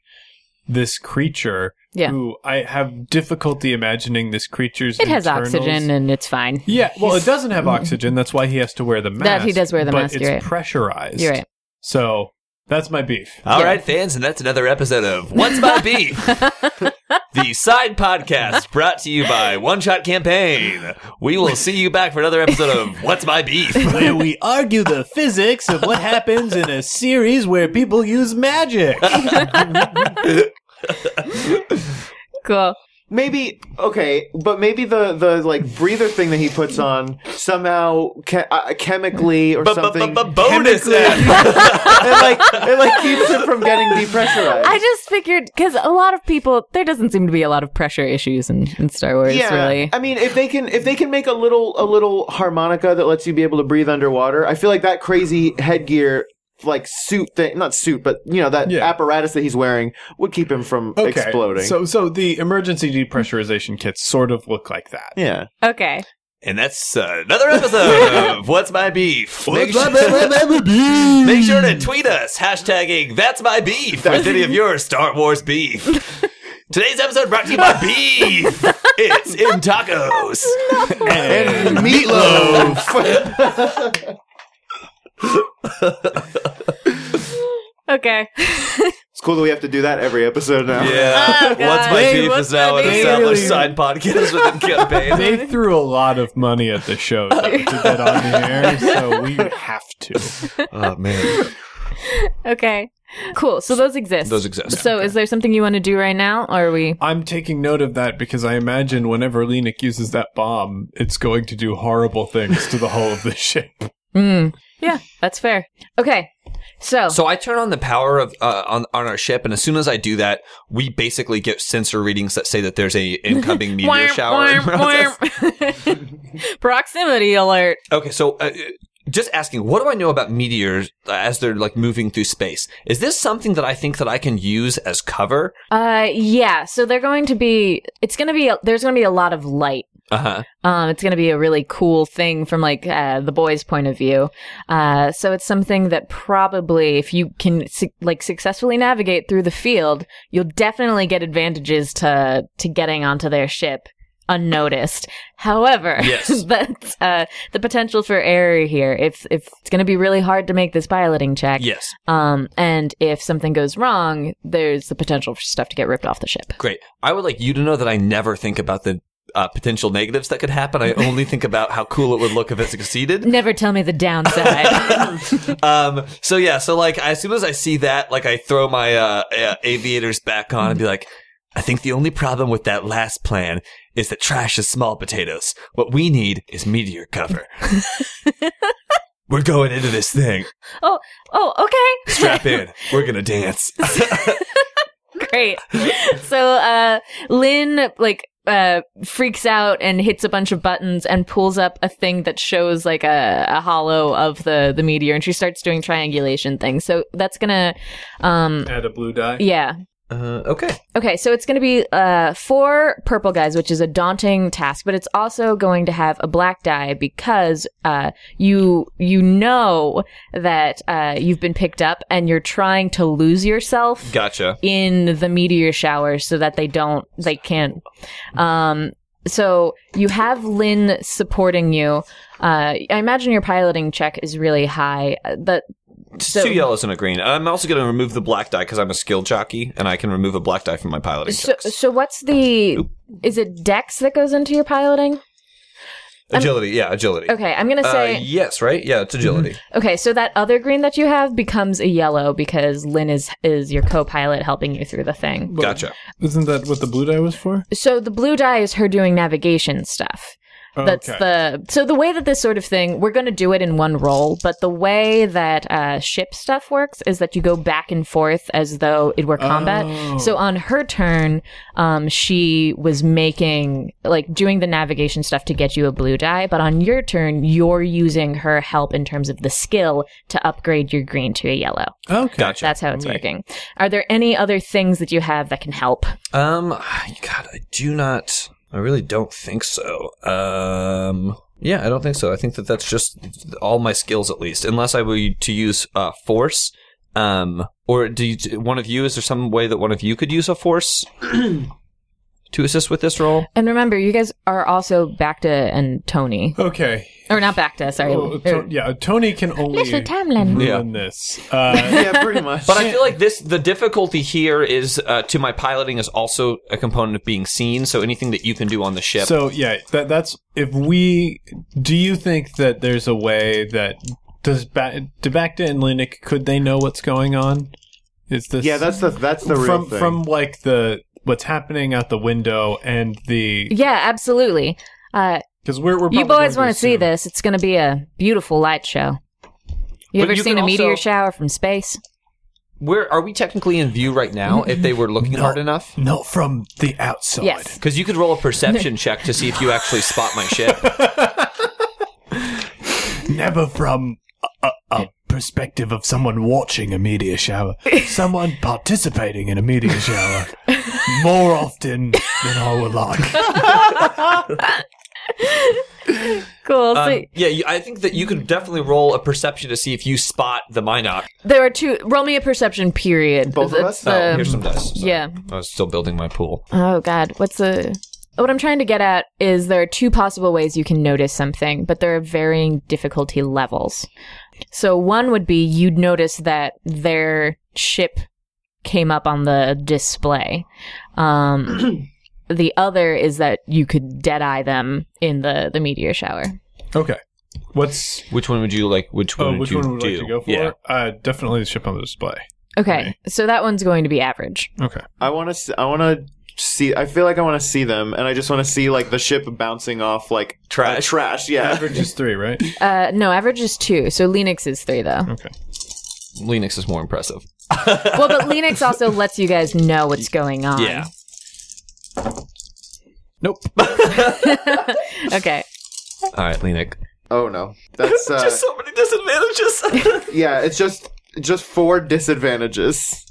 Speaker 4: this creature
Speaker 3: Yeah.
Speaker 4: who I have difficulty imagining this creature's
Speaker 3: It has
Speaker 4: internals.
Speaker 3: oxygen and it's fine.
Speaker 4: yeah, well, it doesn't have oxygen. That's why he has to wear the mask.
Speaker 3: That he does wear the
Speaker 4: but
Speaker 3: mask,
Speaker 4: It's
Speaker 3: you're right.
Speaker 4: pressurized.
Speaker 3: You're right.
Speaker 4: So that's my beef.
Speaker 6: All right,
Speaker 3: Yeah.
Speaker 6: fans, and that's another episode of What's My Beef? the side podcast brought to you by One Shot Campaign. We will see you back for another episode of What's My Beef?
Speaker 2: where we argue the physics of what happens in a series where people use magic.
Speaker 3: Cool.
Speaker 5: Maybe okay, but maybe the the like breather thing that he puts on somehow che- uh, chemically or something
Speaker 6: Bonus
Speaker 5: chemically-
Speaker 6: ad.
Speaker 5: it like it like keeps it from getting depressurized.
Speaker 3: I just figured because a lot of people, there doesn't seem to be a lot of pressure issues in, in Star Wars, really.
Speaker 5: I mean, if they can if they can make a little a little harmonica that lets you be able to breathe underwater, I feel like that crazy headgear like suit thing, not suit, but you know that
Speaker 4: Yeah.
Speaker 5: apparatus that he's wearing would keep him from exploding.
Speaker 4: So, so the emergency depressurization kits sort of look like that.
Speaker 5: yeah.
Speaker 3: Okay.
Speaker 6: and that's another episode of What's My Beef? Make sure, make sure to tweet us, hashtagging That's My Beef, with any of your Star Wars beef. Today's episode brought to you by Beef. It's in tacos.
Speaker 5: And meatloaf.
Speaker 3: Okay.
Speaker 5: it's cool that we have to do that every episode now.
Speaker 6: Yeah.
Speaker 3: Oh,
Speaker 6: What's
Speaker 3: God.
Speaker 6: my
Speaker 3: Wait,
Speaker 6: beef
Speaker 3: what's
Speaker 6: is now
Speaker 3: my
Speaker 6: an
Speaker 3: beef?
Speaker 6: established
Speaker 4: Really?
Speaker 6: side podcast with campaign.
Speaker 4: They threw a lot of money at the show though, to get on the air, so we have to.
Speaker 6: oh man.
Speaker 3: Okay. Cool. So those exist.
Speaker 6: Those exist.
Speaker 3: So is there something you want to do right now, or are we?
Speaker 4: I'm taking note of that because I imagine whenever Lenik uses that bomb, it's going to do horrible things to the hull of the ship.
Speaker 3: Mm. Yeah, that's fair. Okay. So,
Speaker 6: So I turn on the power of uh, on on our ship, and as soon as I do that, we basically get sensor readings that say that there's a incoming meteor
Speaker 3: Wham,
Speaker 6: shower. in
Speaker 3: wham,
Speaker 6: process.
Speaker 3: wham. Proximity alert.
Speaker 6: Okay, so uh, just asking, what do I know about meteors as they're like moving through space? Is this something that I think that I can use as cover?
Speaker 3: Uh, yeah. So they're going to be. It's going to be. There's going to be a lot of light.
Speaker 6: Uh huh.
Speaker 3: Um, it's going to be a really cool thing from like uh, the boys' point of view. Uh, so it's something that probably, if you can su- like successfully navigate through the field, you'll definitely get advantages to to getting onto their ship unnoticed. However,
Speaker 6: Yes.
Speaker 3: that's uh, the potential for error here. If if it's going to be really hard to make this piloting check,
Speaker 6: Yes.
Speaker 3: um, and if something goes wrong, there's the potential for stuff to get ripped off the ship.
Speaker 6: Great. I would like you to know that I never think about the uh, potential negatives that could happen. I only think about how cool it would look if it succeeded.
Speaker 3: Never tell me the downside.
Speaker 6: um so yeah so like as soon as i see that like i throw my uh, uh aviators back on and be like i think the only problem with that last plan is that trash is small potatoes what we need is meteor cover we're going into this thing
Speaker 3: oh, okay.
Speaker 6: strap in we're gonna dance
Speaker 3: Great. So uh Lynn like uh freaks out and hits a bunch of buttons and pulls up a thing that shows like a, a hollow of the the meteor and she starts doing triangulation things. So that's gonna um
Speaker 4: Add a blue die.
Speaker 3: yeah.
Speaker 6: uh, okay
Speaker 3: Okay, so it's going to be uh, four purple guys, which is a daunting task, but it's also going to have a black die because uh, you you know that uh, you've been picked up and you're trying to lose yourself
Speaker 6: gotcha
Speaker 3: in the meteor shower so that they don't they can't um so you have lynn supporting you uh i imagine your piloting check is really high Uh, the So-
Speaker 6: two yellows and a green i'm also gonna remove the black die because i'm a skill jockey and i can remove a black die from my piloting
Speaker 3: so
Speaker 6: checks.
Speaker 3: so what's the is it dex that goes into your piloting
Speaker 6: Agility, yeah, agility.
Speaker 3: um, Okay, Mm-hmm. I'm gonna
Speaker 6: Uh,
Speaker 3: say
Speaker 6: yes, right? Yeah, it's agility.
Speaker 3: Okay, so that other green that you have becomes a yellow because Lynn is is your co-pilot helping you through the thing.
Speaker 6: Gotcha.
Speaker 4: Isn't that what the blue die was for?
Speaker 3: So the blue die is her doing navigation stuff. That's the so the way that this sort of thing we're going to do it in one roll, but the way that uh, ship stuff works is that you go back and forth as though it were combat.
Speaker 4: Oh.
Speaker 3: So on her turn, um, she was making like doing the navigation stuff to get you a blue die, but on your turn, you're using her help in terms of the skill to upgrade your green to a yellow.
Speaker 4: okay.
Speaker 6: Gotcha.
Speaker 3: That's how it's
Speaker 4: Neat.
Speaker 3: working. Are there any other things that you have that can help?
Speaker 6: Um, I- God, I do not. I really don't think so. Um, yeah, I don't think so. I think that that's just all my skills, at least, unless I were to use uh, force. Um, or do you, one of you? Is there some way that one of you could use a force to assist with this role?
Speaker 3: And remember, you guys are also Bacta and Tony,
Speaker 4: Okay.
Speaker 3: or not Bacta. Sorry,
Speaker 4: Oh, to- yeah, Tony can only
Speaker 1: Little Tamlin.
Speaker 4: ruin
Speaker 6: Yeah.
Speaker 4: this. Uh,
Speaker 5: yeah, pretty much.
Speaker 6: But I feel like this. The difficulty here is uh, to my piloting is also a component of being seen. So anything that you can do on the ship.
Speaker 4: So yeah, that that's if we. Do you think that there's a way that does ba- Debacta and Linux could they know what's going on? Is this
Speaker 5: yeah, that's the that's the real
Speaker 4: from
Speaker 5: thing.
Speaker 4: from like the what's happening out the window and the
Speaker 3: yeah, absolutely. Uh,
Speaker 4: because we're, we're
Speaker 3: you
Speaker 4: probably
Speaker 3: boys
Speaker 4: going
Speaker 3: want to see
Speaker 4: assume-
Speaker 3: this? It's going to be a beautiful light show. You
Speaker 6: But
Speaker 3: ever
Speaker 6: you
Speaker 3: seen
Speaker 6: can
Speaker 3: a meteor
Speaker 6: also-
Speaker 3: shower from space?
Speaker 6: Where are we technically in view right now? If they were looking
Speaker 4: No.
Speaker 6: hard enough.
Speaker 4: No, from the
Speaker 6: Oh,
Speaker 4: outside.
Speaker 3: Yes.
Speaker 6: Because you could roll a perception check to see if you actually spot my ship.
Speaker 4: Never from a, a perspective of someone watching a meteor shower, someone participating in a meteor shower more often than I would like.
Speaker 3: Cool. So
Speaker 6: Um, yeah, you- I think that you could definitely roll a perception to see if you spot the Minoc.
Speaker 3: there are two. Roll me a perception. Period.
Speaker 5: Both of
Speaker 3: That's
Speaker 5: us?
Speaker 3: the- um,
Speaker 6: oh, here's some dice. Sorry.
Speaker 3: yeah.
Speaker 6: I was still building my pool.
Speaker 3: Oh God, what's the? What I'm trying to get at is there are two possible ways you can notice something, but there are varying difficulty levels. So one would be you'd notice that their ship came up on the display. Um, the other is that you could deadeye them in the the meteor shower.
Speaker 4: Okay. What's
Speaker 6: Which one would you like? Which one
Speaker 4: oh,
Speaker 6: would
Speaker 4: which
Speaker 6: you
Speaker 4: one would
Speaker 6: do?
Speaker 4: you like to go for?
Speaker 6: Yeah.
Speaker 4: Uh, definitely the ship on the display.
Speaker 3: Okay,
Speaker 4: Okay.
Speaker 3: so that one's going to be average.
Speaker 4: Okay.
Speaker 5: I want to. I want to see. I feel like I want to see them, and I just want to see like the ship bouncing off like
Speaker 6: Trash.
Speaker 5: uh, trash. Yeah.
Speaker 4: Average is three, right?
Speaker 3: Uh, no, average is two, so Linux is three though.
Speaker 4: Okay.
Speaker 6: Linux is more impressive.
Speaker 3: well, but Linux also lets you guys know what's going on.
Speaker 6: Yeah.
Speaker 4: Nope.
Speaker 3: Okay.
Speaker 6: All right, Linux.
Speaker 5: Oh no, that's uh,
Speaker 6: Just so many disadvantages.
Speaker 5: yeah. It's just just four disadvantages.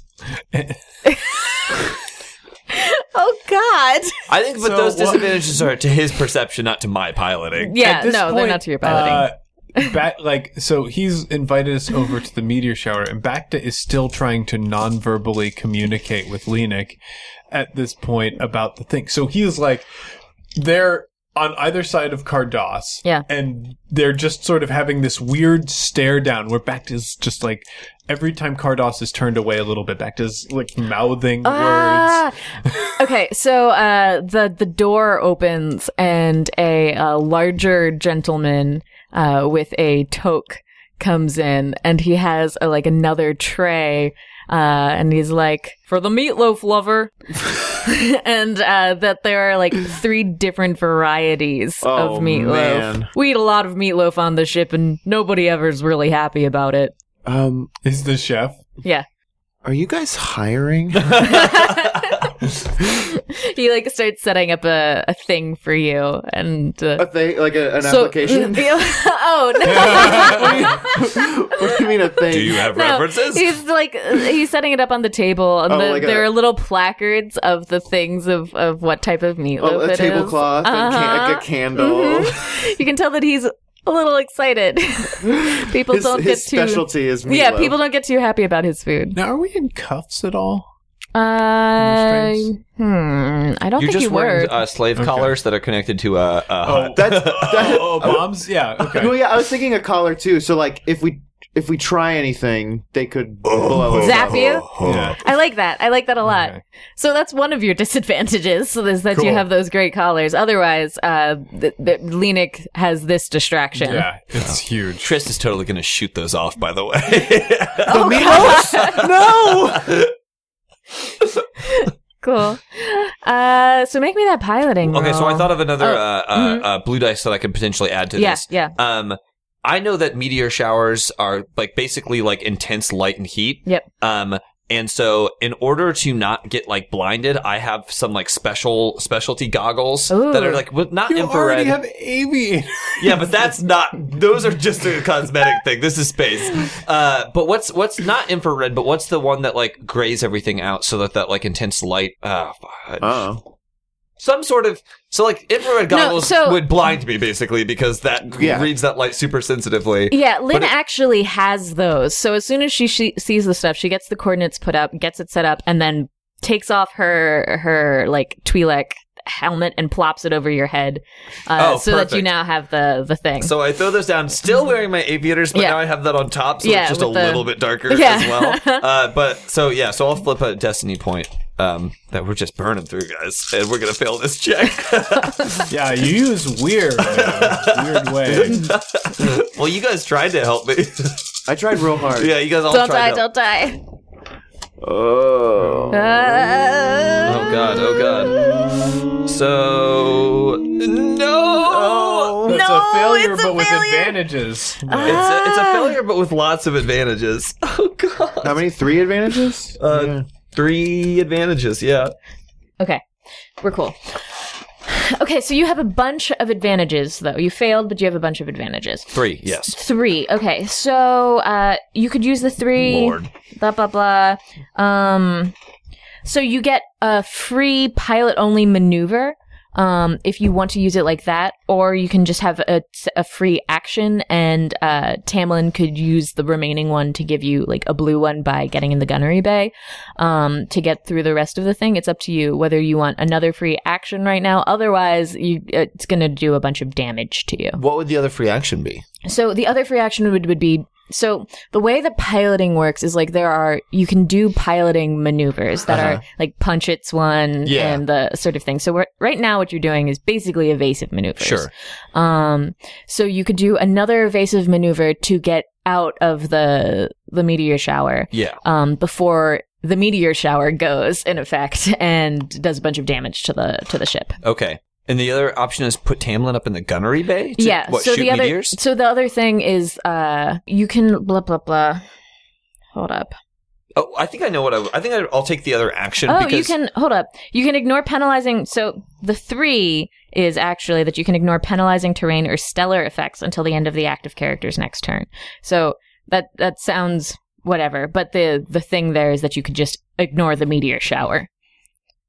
Speaker 3: Oh God.
Speaker 6: I think, but
Speaker 4: So
Speaker 6: those
Speaker 4: what-
Speaker 6: disadvantages are to his perception, not to my piloting.
Speaker 3: Yeah,
Speaker 4: At this
Speaker 3: no, they're
Speaker 4: point,
Speaker 3: not to your piloting.
Speaker 4: Uh, Ba- like so he's invited us over to the meteor shower and Bacta is still trying to non-verbally communicate with Lenik at this point about the thing. So he is like they're on either side of Cardos.
Speaker 3: Yeah.
Speaker 4: And they're just sort of having this weird stare down where Bacta's just like every time Cardos is turned away a little bit, Bacta's like mouthing words.
Speaker 3: Ah. okay, so uh, the the door opens and a, uh larger gentleman uh, with a toque comes in, and he has a, like another tray, uh, and he's like, "For the meatloaf lover," and uh, that there are like three different varieties
Speaker 5: Oh,
Speaker 3: of meatloaf.
Speaker 5: man.
Speaker 3: We eat a lot of meatloaf on the ship, and nobody ever's really happy about it.
Speaker 5: Um,
Speaker 4: Is the chef?
Speaker 3: Yeah.
Speaker 5: are you guys hiring?
Speaker 3: he like starts setting up a, a thing for you and uh,
Speaker 5: a thing like a, an
Speaker 3: so-
Speaker 5: application?
Speaker 3: oh
Speaker 5: what, do
Speaker 3: no.
Speaker 5: you, what do you mean a thing?
Speaker 6: Do you have
Speaker 3: No,
Speaker 6: references?
Speaker 3: he's like he's setting it up on the table, and
Speaker 5: Oh,
Speaker 3: the-
Speaker 5: like a-
Speaker 3: there are little placards of the things of, of what type of meatloaf
Speaker 5: Oh,
Speaker 3: it
Speaker 5: a
Speaker 3: is.
Speaker 5: tablecloth and can- like
Speaker 3: Uh-huh.
Speaker 5: a candle.
Speaker 3: Mhm. You can tell that he's a little excited. people
Speaker 5: His,
Speaker 3: don't
Speaker 5: his
Speaker 3: get too
Speaker 5: specialty is meatloaf.
Speaker 3: yeah, people don't get too happy about his food.
Speaker 4: Now are we in cuffs at all?
Speaker 3: Uh,
Speaker 4: Restraints.
Speaker 3: hmm, I don't
Speaker 6: You're
Speaker 3: think
Speaker 6: just
Speaker 3: you were.
Speaker 6: wearing uh, slave collars that are connected to a. a
Speaker 4: Oh,
Speaker 5: That's
Speaker 4: oh, bombs? Yeah, okay.
Speaker 5: Well, yeah, I was thinking a collar too. So like, if we if we try anything, they could blow us
Speaker 3: Zap
Speaker 5: up.
Speaker 3: you?
Speaker 4: Yeah.
Speaker 3: I like that. I like that a lot.
Speaker 4: Okay.
Speaker 3: So that's one of your disadvantages so is that you
Speaker 4: Cool.
Speaker 3: have those great collars. Otherwise, uh, th- th- Lenik has this distraction.
Speaker 4: Yeah, it's huge.
Speaker 6: Trist is totally going to shoot those off, by the way.
Speaker 3: Oh,
Speaker 5: no.
Speaker 3: cool. Uh, so make me that piloting.
Speaker 6: okay, so I thought of another
Speaker 3: Oh,
Speaker 6: uh, uh,
Speaker 3: mhm.
Speaker 6: uh, blue dice that I could potentially add to
Speaker 3: Yeah,
Speaker 6: this.
Speaker 3: yeah.
Speaker 6: Um, I know that meteor showers are like basically like intense light and heat.
Speaker 3: Yep.
Speaker 6: Um, and so in order to not get like blinded, I have some like special specialty goggles
Speaker 3: Ooh.
Speaker 6: that are like well, not
Speaker 4: You
Speaker 6: infrared.
Speaker 4: already have aviator.
Speaker 6: yeah, but that's not. Those are just a cosmetic thing. This is space. Uh, but what's what's not infrared? But what's the one that like grays everything out so that that like intense light? Uh,
Speaker 5: Oh,
Speaker 6: some sort of so like infrared
Speaker 3: No,
Speaker 6: goggles
Speaker 3: so-
Speaker 6: would blind me basically because that
Speaker 5: Yeah.
Speaker 6: reads that light super sensitively.
Speaker 3: Yeah, Lynn
Speaker 6: But it-
Speaker 3: actually has those. So as soon as she, she sees the stuff, she gets the coordinates put up, gets it set up, and then takes off her her like Twi'lek helmet and plops it over your head, uh,
Speaker 6: Oh,
Speaker 3: so that you
Speaker 6: perfect.
Speaker 3: now have the the thing.
Speaker 6: So I throw those down, still wearing my aviators, but
Speaker 3: Yeah.
Speaker 6: now I have that on top, so
Speaker 3: Yeah,
Speaker 6: it's just a
Speaker 3: with the-
Speaker 6: little bit darker
Speaker 3: Yeah.
Speaker 6: as well. Uh, but so yeah, so I'll flip a destiny point um, that we're just burning through, guys, and we're gonna fail this check.
Speaker 4: Yeah, you use weird, man. weird way.
Speaker 6: well, you guys tried to help me.
Speaker 5: I tried real hard.
Speaker 6: yeah, you guys all
Speaker 3: don't die,
Speaker 6: tried. to
Speaker 3: don't
Speaker 6: help.
Speaker 3: die.
Speaker 5: Oh.
Speaker 3: Uh,
Speaker 6: Oh god, oh god. So no.
Speaker 4: That's
Speaker 3: No,
Speaker 4: a failure,
Speaker 3: it's a
Speaker 4: but with
Speaker 3: failure. Uh,
Speaker 4: advantages.
Speaker 6: It's a, it's a failure, but with lots of advantages. Oh god!
Speaker 5: How many? Three advantages?
Speaker 6: Uh, Three advantages, yeah.
Speaker 3: Okay. We're cool. Okay, so you have a bunch of advantages, though. You failed, but you have a bunch of advantages.
Speaker 6: Three, yes.
Speaker 3: Three. Okay, so uh, you could use the three.
Speaker 6: Lord.
Speaker 3: Blah, blah, blah. Um, so you get a free pilot only maneuver um, if you want to use it like that, or you can just have a, a free action, and uh, Tamlin could use the remaining one to give you like a blue one by getting in the gunnery bay um, to get through the rest of the thing. It's up to you whether you want another free action right now. Otherwise, you, it's going to do a bunch of damage to you.
Speaker 6: What would the other free action be?
Speaker 3: So the other free action would, would be so the way that piloting works is like there are you can do piloting maneuvers that are like punch it's one
Speaker 6: Uh-huh. Yeah.
Speaker 3: and the sort of thing. So we're, right now what you're doing is basically evasive maneuvers.
Speaker 6: Sure.
Speaker 3: Um so you could do another evasive maneuver to get out of the the meteor shower
Speaker 6: Yeah.
Speaker 3: um before the meteor shower goes in effect and does a bunch of damage to the to the ship.
Speaker 6: Okay. And the other option is put Tamlin up in the gunnery bay. To,
Speaker 3: yeah.
Speaker 6: What,
Speaker 3: so
Speaker 6: shoot
Speaker 3: the other
Speaker 6: meteors?
Speaker 3: so the other thing is uh you can blah blah blah. Hold up.
Speaker 6: Oh, I think I know what I. I think I- I'll take the other action.
Speaker 3: Oh,
Speaker 6: because,
Speaker 3: you can hold up. You can ignore penalizing. So the three is actually that you can ignore penalizing terrain or stellar effects until the end of the active character's next turn. So that that sounds whatever, but the the thing there is that you could just ignore the meteor shower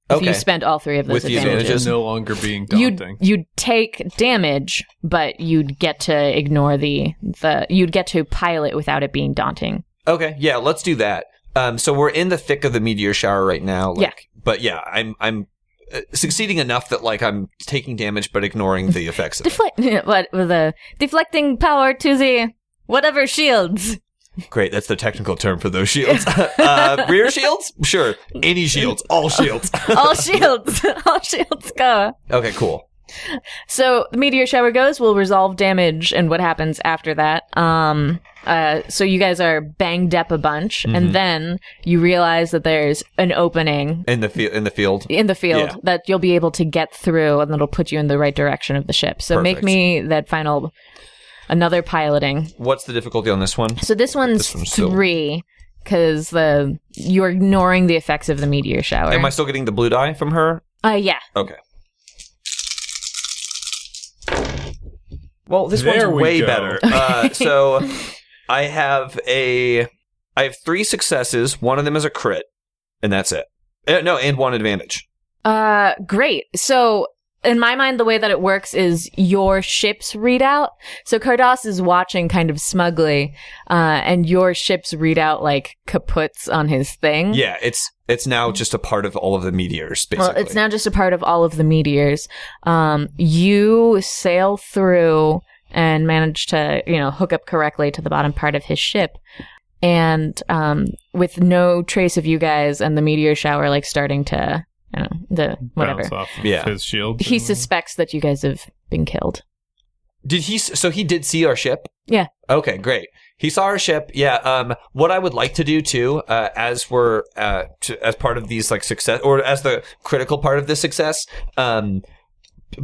Speaker 3: if
Speaker 6: Okay.
Speaker 3: you spend all three of those
Speaker 6: With the
Speaker 3: advantages.
Speaker 6: advantages.
Speaker 4: no longer being daunting.
Speaker 3: You'd, you'd take damage, but you'd get to ignore the, the you'd get to pilot without it being daunting.
Speaker 6: okay. Yeah. Let's do that. Um. So we're in the thick of the meteor shower right now. Like,
Speaker 3: Yeah.
Speaker 6: But yeah, I'm I'm uh, succeeding enough that like I'm taking damage but ignoring the effects of it.
Speaker 3: Deflect what with a deflecting power to the whatever shields.
Speaker 6: Great. That's the technical term for those shields. uh, rear shields? Sure. Any shields. All shields.
Speaker 3: all shields, all shields go.
Speaker 6: okay. Cool.
Speaker 3: So the meteor shower goes. We'll resolve damage and what happens after that. Um, uh, so you guys are banged up a bunch,
Speaker 6: Mm-hmm.
Speaker 3: and then you realize that there's an opening
Speaker 6: In the field. In the field.
Speaker 3: in the field
Speaker 6: Yeah.
Speaker 3: that you'll be able to get through, and that'll put you in the right direction of the ship. So make
Speaker 6: Perfect.
Speaker 3: me that final another piloting.
Speaker 6: What's the difficulty on this one?
Speaker 3: So this one's
Speaker 6: This one's still-
Speaker 3: three because the you're ignoring the effects of the meteor shower.
Speaker 6: Am I still getting the blue die from her?
Speaker 3: uh, yeah.
Speaker 6: Okay. Well, this
Speaker 4: There
Speaker 6: one's
Speaker 4: we
Speaker 6: way
Speaker 4: go.
Speaker 6: better. Uh, so I have a I have three successes. One of them is a crit, and that's it. Eh, no, and one advantage.
Speaker 3: Uh, great. So, in my mind, the way that it works is your ship's readout. So Cardos is watching kind of smugly, uh, and your ship's readout like kaputs on his thing.
Speaker 6: Yeah, it's it's now just a part of all of the meteors. Basically,
Speaker 3: Mm-hmm. Well, it's now just a part of all of the meteors. Um, you sail through and managed to, you know, hook up correctly to the bottom part of his ship. And um, with no trace of you guys and the meteor shower like starting to, you know, the whatever,
Speaker 4: Bounce off of
Speaker 6: Yeah.
Speaker 4: his shield.
Speaker 3: he suspects that you guys have been killed.
Speaker 6: Did he? s- So he did see our ship.
Speaker 3: Yeah.
Speaker 6: Okay, great. He saw our ship. Yeah. Um. What I would like to do too, uh, as we're uh, to, as part of these like success or as the critical part of this success, um,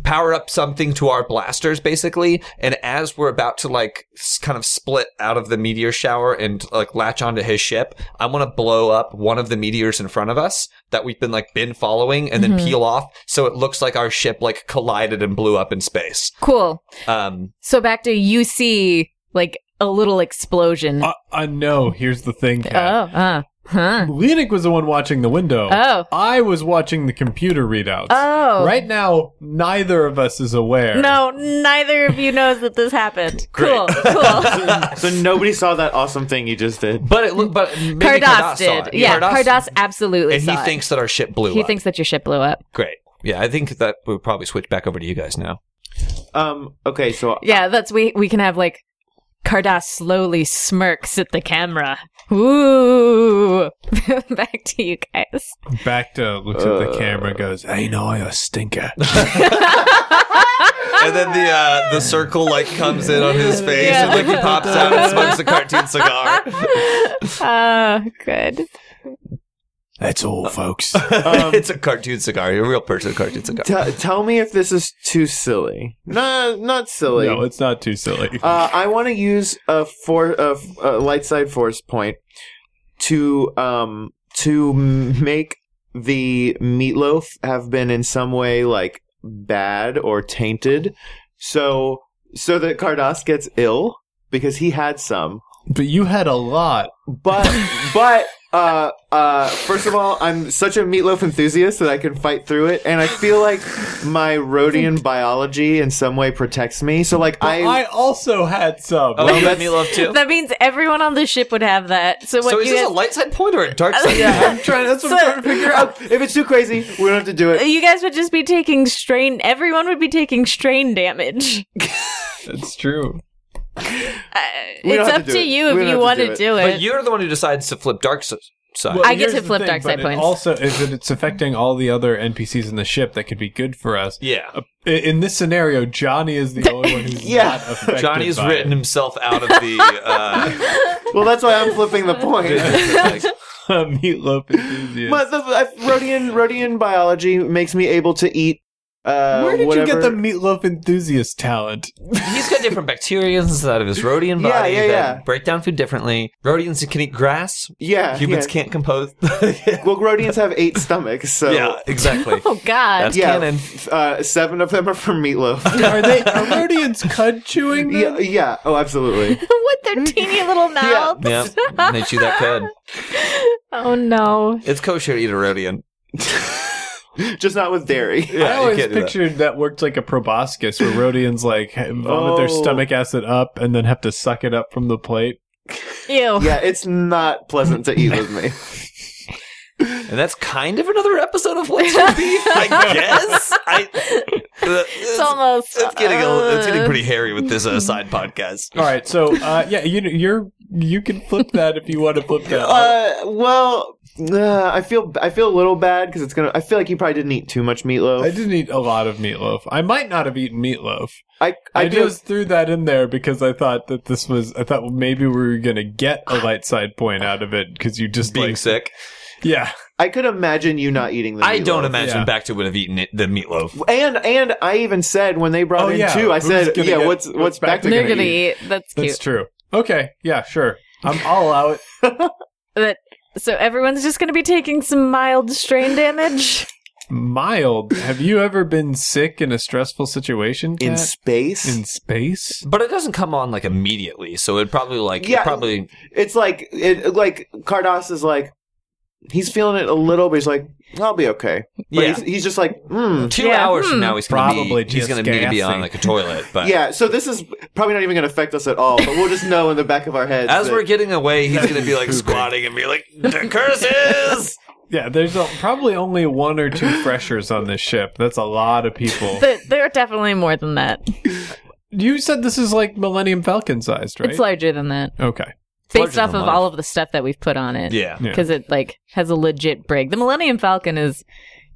Speaker 6: power up something to our blasters basically, and as we're about to like s- kind of split out of the meteor shower and like latch onto his ship, I want to blow up one of the meteors in front of us that we've been like been following, and
Speaker 3: Mhm.
Speaker 6: then peel off so it looks like our ship like collided and blew up in space.
Speaker 3: Cool.
Speaker 6: Um.
Speaker 3: So back to you see like a little explosion.
Speaker 4: Uh, uh, no, here's the thing. Kat.
Speaker 3: Oh, uh, huh.
Speaker 4: Lenik was the one watching the window.
Speaker 3: Oh,
Speaker 4: I was watching the computer readouts.
Speaker 3: oh.
Speaker 4: Right now, neither of us is aware.
Speaker 3: No, neither of you knows that this happened. Cool, cool.
Speaker 5: so nobody saw that awesome thing you just did.
Speaker 6: But it looked, but maybe
Speaker 3: Cardos,
Speaker 6: Cardos, saw
Speaker 3: did.
Speaker 6: it.
Speaker 3: Yeah, Cardos, absolutely
Speaker 6: and he
Speaker 3: saw it.
Speaker 6: thinks that our ship blew
Speaker 3: he
Speaker 6: up.
Speaker 3: thinks that your ship blew up.
Speaker 6: Great. Yeah, I think that we'll probably switch back over to you guys now.
Speaker 5: Um. Okay. So
Speaker 3: Yeah, that's we we can have like Cardass slowly smirks at the camera. Ooh. Back to you guys.
Speaker 4: Back to looks at the camera, goes, "I know you're a stinker."
Speaker 6: And then the uh, the circle like comes in on his face
Speaker 3: Yeah. and, like,
Speaker 6: he pops out and smokes a cartoon cigar.
Speaker 3: Oh, good.
Speaker 4: That's all, folks.
Speaker 3: Um,
Speaker 6: it's a cartoon cigar. A real person cartoon cigar.
Speaker 5: t- tell me if this is too silly. No, not silly.
Speaker 4: no, it's not too silly.
Speaker 5: uh, I want to use a for a, f- a light side force point to um to m- make the meatloaf have been in some way like bad or tainted, so so that Cardass gets ill because he had some.
Speaker 4: but you had a lot.
Speaker 5: But but uh uh first of all, I'm such a meatloaf enthusiast that I can fight through it, and I feel like my Rhodian biology in some way protects me. So like
Speaker 4: But I, also had some.
Speaker 6: oh, you had
Speaker 5: that's-
Speaker 6: me love too.
Speaker 3: That means everyone on the ship would have that. So what
Speaker 6: So is
Speaker 3: you
Speaker 6: this
Speaker 3: guys,
Speaker 6: a light side point or a dark side?
Speaker 5: Yeah,
Speaker 6: point?
Speaker 5: I'm trying. That's what I'm
Speaker 3: So-
Speaker 5: trying to figure out. If it's too crazy, we don't have to do it.
Speaker 3: you guys would just be taking strain everyone would be taking strain damage.
Speaker 4: That's true.
Speaker 3: Uh,
Speaker 5: We don't
Speaker 3: it's
Speaker 5: have
Speaker 3: up to,
Speaker 5: to do it.
Speaker 3: you
Speaker 5: We
Speaker 3: if
Speaker 5: don't
Speaker 3: you
Speaker 5: have to
Speaker 3: want
Speaker 5: do
Speaker 3: to
Speaker 5: it.
Speaker 3: do
Speaker 6: But
Speaker 3: it.
Speaker 6: you're the one who decides to flip dark si- side.
Speaker 3: I get
Speaker 4: here's
Speaker 3: to
Speaker 4: the
Speaker 3: flip
Speaker 4: thing,
Speaker 3: dark
Speaker 4: but
Speaker 3: side
Speaker 4: it
Speaker 3: points.
Speaker 4: Also, is that it's affecting all the other NPCs in the ship that could be good for us.
Speaker 6: yeah.
Speaker 4: Uh, i- In this scenario, Johnny is the only one who's
Speaker 5: Yeah.
Speaker 4: not affected.
Speaker 6: Johnny's
Speaker 4: by
Speaker 6: written
Speaker 4: it.
Speaker 6: himself out of the uh,
Speaker 5: Well, that's why I'm flipping the point.
Speaker 6: like,
Speaker 4: meatloaf enthusiast.
Speaker 5: But the uh, Rhodian Rhodian biology makes me able to eat. Uh,
Speaker 4: Where did you
Speaker 5: whatever-
Speaker 4: get the meatloaf enthusiast talent?
Speaker 6: He's got different bacteria inside of his Rhodian
Speaker 5: Yeah,
Speaker 6: body
Speaker 5: yeah,
Speaker 6: that
Speaker 5: yeah.
Speaker 6: break down food differently. Rhodians can eat grass.
Speaker 5: Yeah,
Speaker 6: Humans
Speaker 5: yeah.
Speaker 6: can't compose.
Speaker 5: Well, Rhodians have eight stomachs, so
Speaker 6: yeah, exactly.
Speaker 3: Oh god.
Speaker 6: That's
Speaker 5: yeah,
Speaker 6: canon.
Speaker 5: f- uh, seven of them are from meatloaf.
Speaker 4: Are they are Rhodians cud chewing? them?
Speaker 5: yeah, yeah. Oh, absolutely.
Speaker 3: with their teeny little mouths.
Speaker 6: Yeah, they chew that cud.
Speaker 3: Oh no.
Speaker 6: It's kosher to eat a Rhodian.
Speaker 5: Just not with dairy.
Speaker 6: Yeah,
Speaker 4: I
Speaker 6: you
Speaker 4: always
Speaker 6: can't do that.
Speaker 4: pictured that. worked like a proboscis, where Rhodians like ha- vomit their
Speaker 5: Oh.
Speaker 4: stomach acid up and then have to suck it up from the plate.
Speaker 3: Ew.
Speaker 5: Yeah, it's not pleasant to eat with me.
Speaker 6: And that's kind of another episode of What's Your Beef, I guess. I, uh,
Speaker 3: It's almost.
Speaker 6: it's getting a, li- it's getting
Speaker 3: uh,
Speaker 6: pretty hairy with this uh, side podcast.
Speaker 4: All right, so uh, yeah, you you're you can flip that if you want to flip that.
Speaker 5: Uh, well, uh, I feel I feel a little bad because it's gonna. I feel like you probably didn't eat too much meatloaf.
Speaker 4: I didn't eat a lot of meatloaf. I might not have eaten meatloaf.
Speaker 5: I
Speaker 4: I,
Speaker 5: do-
Speaker 4: just threw that in there because I thought that this was. I thought maybe we were gonna get a light side point out of it because you just
Speaker 6: Being
Speaker 4: like
Speaker 6: sick,
Speaker 4: yeah.
Speaker 5: I could imagine you not eating the.
Speaker 6: I don't
Speaker 5: meatloaf.
Speaker 6: imagine
Speaker 4: yeah.
Speaker 6: Bacta would have eaten it, the meatloaf.
Speaker 5: And and I even said when they brought
Speaker 4: Oh,
Speaker 5: in
Speaker 4: yeah.
Speaker 5: two, I
Speaker 4: Who's
Speaker 5: said,
Speaker 4: gonna
Speaker 5: yeah,
Speaker 4: get-
Speaker 5: what's what's
Speaker 4: what's
Speaker 5: back
Speaker 4: back
Speaker 5: to
Speaker 4: to
Speaker 3: They're
Speaker 5: gonna
Speaker 3: gonna
Speaker 5: eat?
Speaker 3: eat. That's cute.
Speaker 4: That's true. Okay, yeah, sure. I'm, I'll allow it.
Speaker 3: But- so everyone's just gonna be taking some mild strain damage.
Speaker 4: Mild. Have you ever been sick in a stressful situation?
Speaker 5: in
Speaker 4: Kat?
Speaker 5: space?
Speaker 4: in space?
Speaker 6: But it doesn't come on like immediately, so it probably like
Speaker 5: Yeah.
Speaker 6: it probably
Speaker 5: it's like it like Cardass is like he's feeling it a little, but he's like, I'll be okay. But
Speaker 6: yeah.
Speaker 5: he's, he's just like, mm.
Speaker 6: Two
Speaker 3: Yeah.
Speaker 6: hours
Speaker 3: Hmm.
Speaker 6: from now, he's gonna
Speaker 4: Probably
Speaker 6: be, he's
Speaker 4: just
Speaker 6: going to need to be on
Speaker 4: gassing.
Speaker 6: like a toilet. But
Speaker 5: Yeah, so this is probably not even going to affect us at all, but we'll just know in the back of our heads.
Speaker 6: as
Speaker 5: that-
Speaker 6: we're getting away, he's going to be like
Speaker 4: Pooping.
Speaker 6: squatting and be like, "The curses!"
Speaker 4: Yeah, there's a, probably only one or two freshers on this ship. That's a lot of people.
Speaker 3: But there are definitely more than that.
Speaker 4: you said this is like Millennium Falcon sized, right?
Speaker 3: It's larger than that,
Speaker 4: okay.
Speaker 6: larger
Speaker 3: based off
Speaker 6: than
Speaker 3: of
Speaker 6: life.
Speaker 3: all of the stuff that we've put on it.
Speaker 6: Yeah.
Speaker 4: Yeah.
Speaker 3: because it like has a legit break. The Millennium Falcon is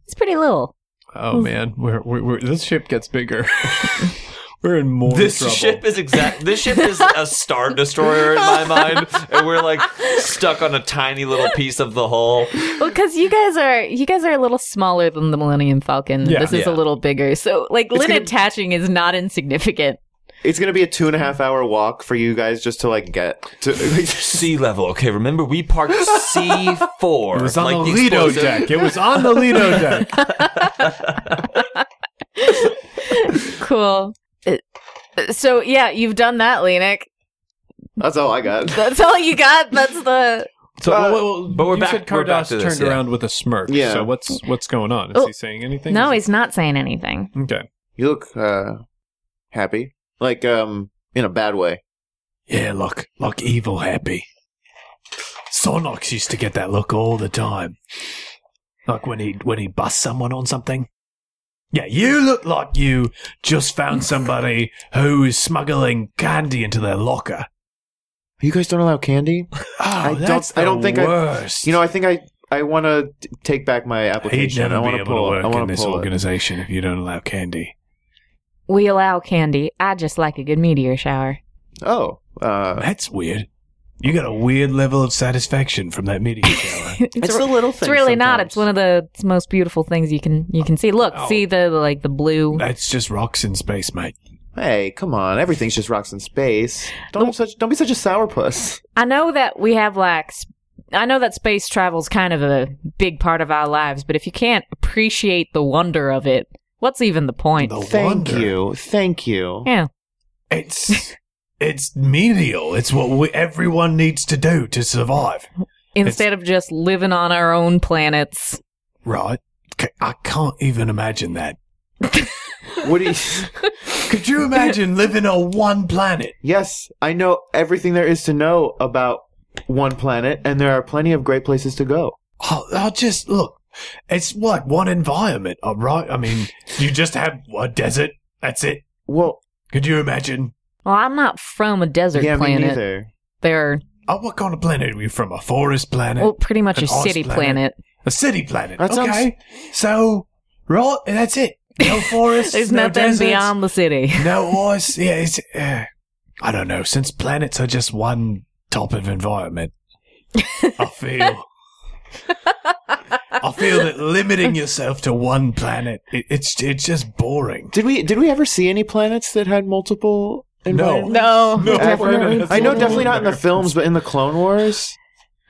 Speaker 3: it's pretty little.
Speaker 4: Oh man, we're, we're, we're this ship gets bigger. we're in more
Speaker 6: This
Speaker 4: trouble.
Speaker 6: ship is exact. This ship is a star destroyer in my mind, and we're like stuck on a tiny little piece of the hull.
Speaker 3: Well, because you guys are you guys are a little smaller than the Millennium Falcon.
Speaker 4: Yeah.
Speaker 3: this is
Speaker 6: Yeah.
Speaker 3: a little bigger. So like Lynn
Speaker 5: gonna-
Speaker 3: attaching is not insignificant.
Speaker 5: It's gonna be a two and a half hour walk for you guys just to like get to.
Speaker 6: Sea level. Okay, remember we parked C four.
Speaker 4: It was on the Lido deck. It was on the Lido deck.
Speaker 3: Cool. Uh, So yeah, you've done that, Lenik.
Speaker 5: that's all I got.
Speaker 3: That's all you got. That's the
Speaker 4: So,
Speaker 5: Uh,
Speaker 4: well, well,
Speaker 6: but we're
Speaker 4: you
Speaker 6: back-
Speaker 4: said Cardos
Speaker 6: we're back to this,
Speaker 4: turned
Speaker 6: yeah.
Speaker 4: around with a smirk.
Speaker 5: Yeah.
Speaker 4: So what's what's going on? Is
Speaker 3: Oh.
Speaker 4: he saying anything?
Speaker 3: no.
Speaker 4: Is
Speaker 3: He's not saying anything.
Speaker 4: he- okay.
Speaker 5: You look uh happy, like um in a bad way.
Speaker 4: Yeah, look, look, evil happy. Sonox used to get that look all the time, like when he when he busts someone on something. Yeah, you look like you just found somebody who is smuggling candy into their locker.
Speaker 5: You guys don't allow candy.
Speaker 4: Oh,
Speaker 5: I don't-
Speaker 4: that's
Speaker 5: I don't
Speaker 4: the
Speaker 5: think I-
Speaker 4: worst.
Speaker 5: You know, I think I I want to take back my
Speaker 4: he'd
Speaker 5: application.
Speaker 4: never
Speaker 5: I
Speaker 4: be
Speaker 5: want
Speaker 4: able
Speaker 5: pull.
Speaker 4: to
Speaker 5: it.
Speaker 4: work
Speaker 5: I
Speaker 4: in
Speaker 5: want to
Speaker 4: this
Speaker 5: pull. it.
Speaker 4: organization if you don't allow candy.
Speaker 3: We allow candy. I just like a good meteor shower.
Speaker 5: Oh, uh,
Speaker 4: That's weird. You got a weird level of satisfaction from that meteor shower.
Speaker 3: It's
Speaker 5: it's
Speaker 3: a-
Speaker 5: the little thing.
Speaker 3: It's really not. It's one of the most beautiful things you can you can see. Look,
Speaker 4: Oh.
Speaker 3: see the like the blue.
Speaker 4: That's just rocks in space, mate.
Speaker 5: Hey, come on! Everything's just rocks in space. Don't be such don't be such a sourpuss.
Speaker 3: I know that we have like sp- I know that space travel's kind of a big part of our lives, but if you can't appreciate the wonder of it, what's even the point?
Speaker 4: The
Speaker 5: Thank
Speaker 4: wonder.
Speaker 5: you, thank you.
Speaker 3: Yeah.
Speaker 4: It's it's medial. It's what we, everyone needs to do to survive,
Speaker 3: Instead of just living on our own planets.
Speaker 4: right? C- I can't even imagine that.
Speaker 5: What do you?
Speaker 4: Could you imagine living on one planet?
Speaker 5: yes, I know everything there is to know about one planet, and there are plenty of great places to go.
Speaker 4: I'll, I'll just look. It's like one environment, all right? I mean, you just have a desert. That's it.
Speaker 5: Well,
Speaker 4: Could you imagine?
Speaker 3: Well, I'm not from a desert
Speaker 5: yeah, me
Speaker 3: planet.
Speaker 5: neither.
Speaker 3: They're
Speaker 4: Oh, what kind of planet are you from? A forest planet?
Speaker 3: well, pretty much
Speaker 4: An
Speaker 3: a
Speaker 4: ice
Speaker 3: city planet.
Speaker 4: planet. A city planet.
Speaker 5: That sounds-
Speaker 4: okay. So, right, that's it. No forests.
Speaker 3: There's
Speaker 4: no
Speaker 3: nothing
Speaker 4: deserts,
Speaker 3: beyond the city.
Speaker 4: No ice. Yeah, it's. Uh, I don't know. Since planets are just one type of environment, I feel. I feel that limiting yourself to one planet, it, it's it's just boring.
Speaker 5: Did we did we ever see any planets that had multiple? environments?
Speaker 3: No.
Speaker 4: No,
Speaker 5: Ever?
Speaker 4: planets.
Speaker 5: I know definitely not in the films, but in the Clone Wars.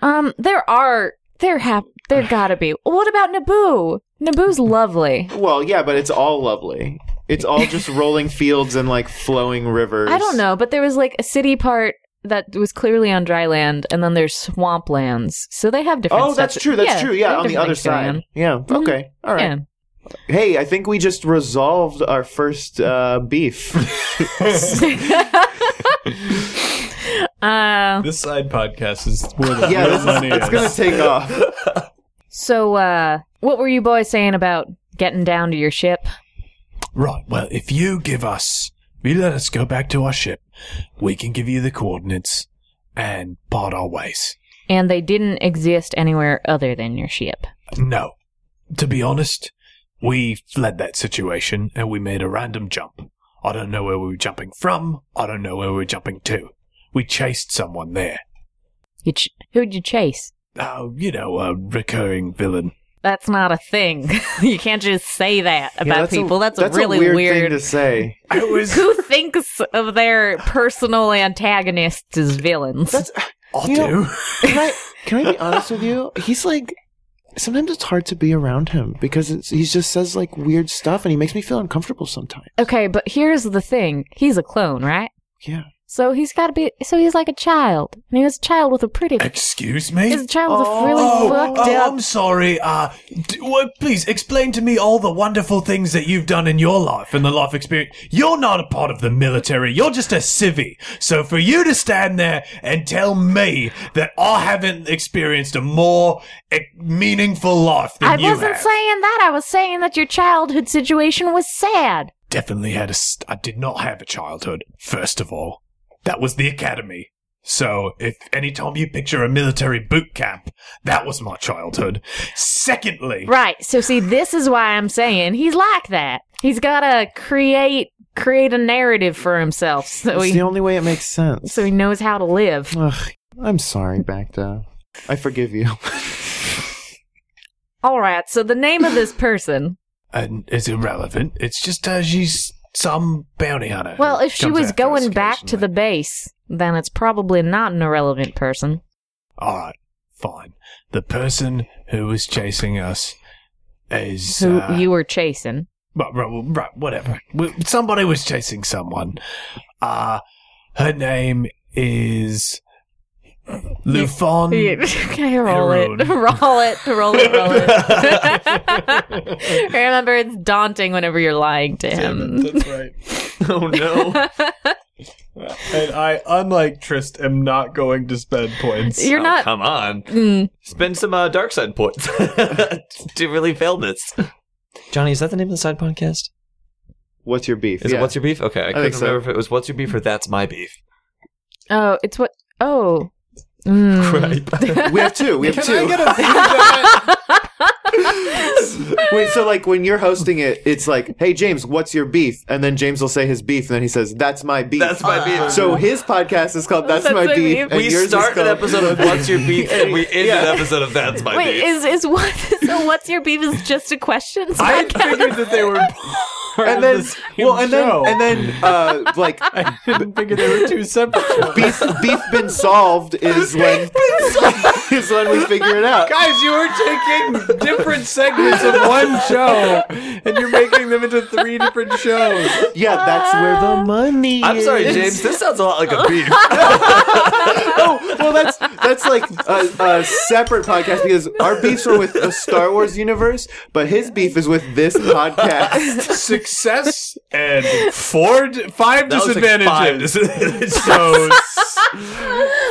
Speaker 3: Um, there are there have there gotta be. What about Naboo? Naboo's lovely.
Speaker 5: Well, yeah, but it's all lovely. It's all just rolling fields and like flowing rivers.
Speaker 3: I don't know, but there was like a city part that was clearly on dry land, and then there's swamplands. So they have different.
Speaker 5: Oh, that's
Speaker 3: stuff-
Speaker 5: true. That's true.
Speaker 3: they
Speaker 5: Yeah,
Speaker 3: have
Speaker 5: on the
Speaker 3: different
Speaker 5: other
Speaker 3: things going
Speaker 5: side.
Speaker 3: on.
Speaker 5: Yeah. Okay. All right.
Speaker 3: Mm-hmm. Yeah.
Speaker 5: Hey, I think we just resolved our first uh, beef.
Speaker 3: Uh,
Speaker 4: This side podcast is where the
Speaker 5: yeah, this is, it's gonna take off.
Speaker 3: so, uh, what were you boys saying about getting down to your ship?
Speaker 4: Right. Well, if you give us, if you let us go back to our ship, we can give you the coordinates and part our ways.
Speaker 3: And they didn't exist anywhere other than your ship.
Speaker 4: No. To be honest, we fled that situation and we made a random jump. I don't know where we were jumping from. I don't know where we were jumping to. We chased someone there.
Speaker 3: You ch- who'd you chase?
Speaker 4: Oh, you know, a recurring villain.
Speaker 3: That's not a thing. you can't just say that about
Speaker 5: Yeah, a-
Speaker 3: people. that's,
Speaker 5: that's
Speaker 3: a really
Speaker 5: weird, thing to say.
Speaker 4: It was.
Speaker 3: Who thinks of their personal antagonists as villains?
Speaker 5: That's
Speaker 4: I
Speaker 5: You know-
Speaker 4: do.
Speaker 5: can I can I be honest with you? He's like sometimes it's hard to be around him because it's, he just says like weird stuff and he makes me feel uncomfortable sometimes.
Speaker 3: okay, but here's the thing. He's a clone, right?
Speaker 5: Yeah.
Speaker 3: So he's got to be. So he's like a child. And he was a child with a pretty.
Speaker 4: Excuse me?
Speaker 3: He's a child with a really
Speaker 4: oh,
Speaker 3: fucked
Speaker 4: oh,
Speaker 3: up.
Speaker 4: I'm sorry. Uh, d- well, please explain to me all the wonderful things that you've done in your life and the life experience. You're not a part of the military. You're just a civvy. So for you to stand there and tell me that I haven't experienced a more eh, meaningful life than
Speaker 3: I
Speaker 4: you
Speaker 3: wasn't
Speaker 4: have.
Speaker 3: saying that. I was saying that your childhood situation was sad.
Speaker 4: definitely had a. St- I did not have a childhood. First of all, that was the academy. So if any time you picture a military boot camp, that was my childhood. Secondly,
Speaker 3: Right. So see, this is why I'm saying he's like that. He's got to create create a narrative for himself so
Speaker 5: it's
Speaker 3: he
Speaker 5: the only way it makes sense.
Speaker 3: so he knows how to live.
Speaker 5: Ugh, I'm sorry, Bacta. I forgive you.
Speaker 3: All right. So the name of this person.
Speaker 4: and it's irrelevant. It's just uh, she's some bounty hunter. who
Speaker 3: Well, if she
Speaker 4: comes
Speaker 3: was
Speaker 4: after us
Speaker 3: going back to the
Speaker 4: occasionally.
Speaker 3: base, then it's probably not an irrelevant person.
Speaker 4: all right, fine. The person who was chasing us is
Speaker 3: Who
Speaker 4: uh,
Speaker 3: you were chasing?
Speaker 4: Right, right, well, right whatever. We- Somebody was chasing someone. Uh, her name is Lufon.
Speaker 3: okay, roll it,
Speaker 4: Heroin.
Speaker 3: roll it, roll it, roll it. Remember, it's daunting whenever you're lying to him.
Speaker 4: That's right.
Speaker 6: Oh no.
Speaker 4: And I, unlike Trist, am not going to spend points.
Speaker 3: You're
Speaker 6: Oh,
Speaker 3: not.
Speaker 6: Come on.
Speaker 3: Mm,
Speaker 6: Spend some uh, dark side points to really fail this. Johnny, is that the name of the side podcast?
Speaker 5: What's your beef?
Speaker 6: Is
Speaker 5: yeah.
Speaker 6: it What's Your Beef? Okay, I, couldn't
Speaker 5: think so.
Speaker 6: remember if it was What's Your Beef or That's My Beef.
Speaker 3: oh, it's what? Oh. Mm.
Speaker 5: we have two. We have
Speaker 4: Can
Speaker 5: two.
Speaker 4: I get a feedback?
Speaker 5: Wait, so like when you're hosting it, it's like, "Hey James, what's your beef?" And then James will say his beef, and then he says, "That's my beef."
Speaker 6: That's My Beef.
Speaker 5: So his podcast is called "That's,
Speaker 3: That's
Speaker 5: My
Speaker 3: My
Speaker 5: Beef."
Speaker 3: Beef.
Speaker 5: Um, and
Speaker 6: we
Speaker 5: yours is
Speaker 6: start an
Speaker 5: called-
Speaker 6: episode of What's Your Beef and we end
Speaker 5: Yeah.
Speaker 6: an episode of That's My
Speaker 3: Wait,
Speaker 6: Beef.
Speaker 3: is is what? So, what's your beef? Is just a question?
Speaker 4: I had figured that they were part
Speaker 5: And
Speaker 4: of
Speaker 5: then,
Speaker 4: the same
Speaker 5: well, and
Speaker 4: show.
Speaker 5: then, and then, uh, like,
Speaker 4: I didn't figure they were two separate shows.
Speaker 5: beef, beef been solved is when is when we figure it out.
Speaker 4: Guys, you are taking different segments of one show and you're making them into three different shows.
Speaker 5: Yeah, that's where the Oh, money.
Speaker 6: I'm sorry,
Speaker 5: is.
Speaker 6: James. This sounds a lot like a beef.
Speaker 5: Oh, well, that's that's like a, a separate podcast because our beefs are with the Star Wars universe, but his beef is with this podcast.
Speaker 4: Success and four, d- five
Speaker 6: That was like
Speaker 4: disadvantages.
Speaker 6: five disadvantages.
Speaker 4: so s-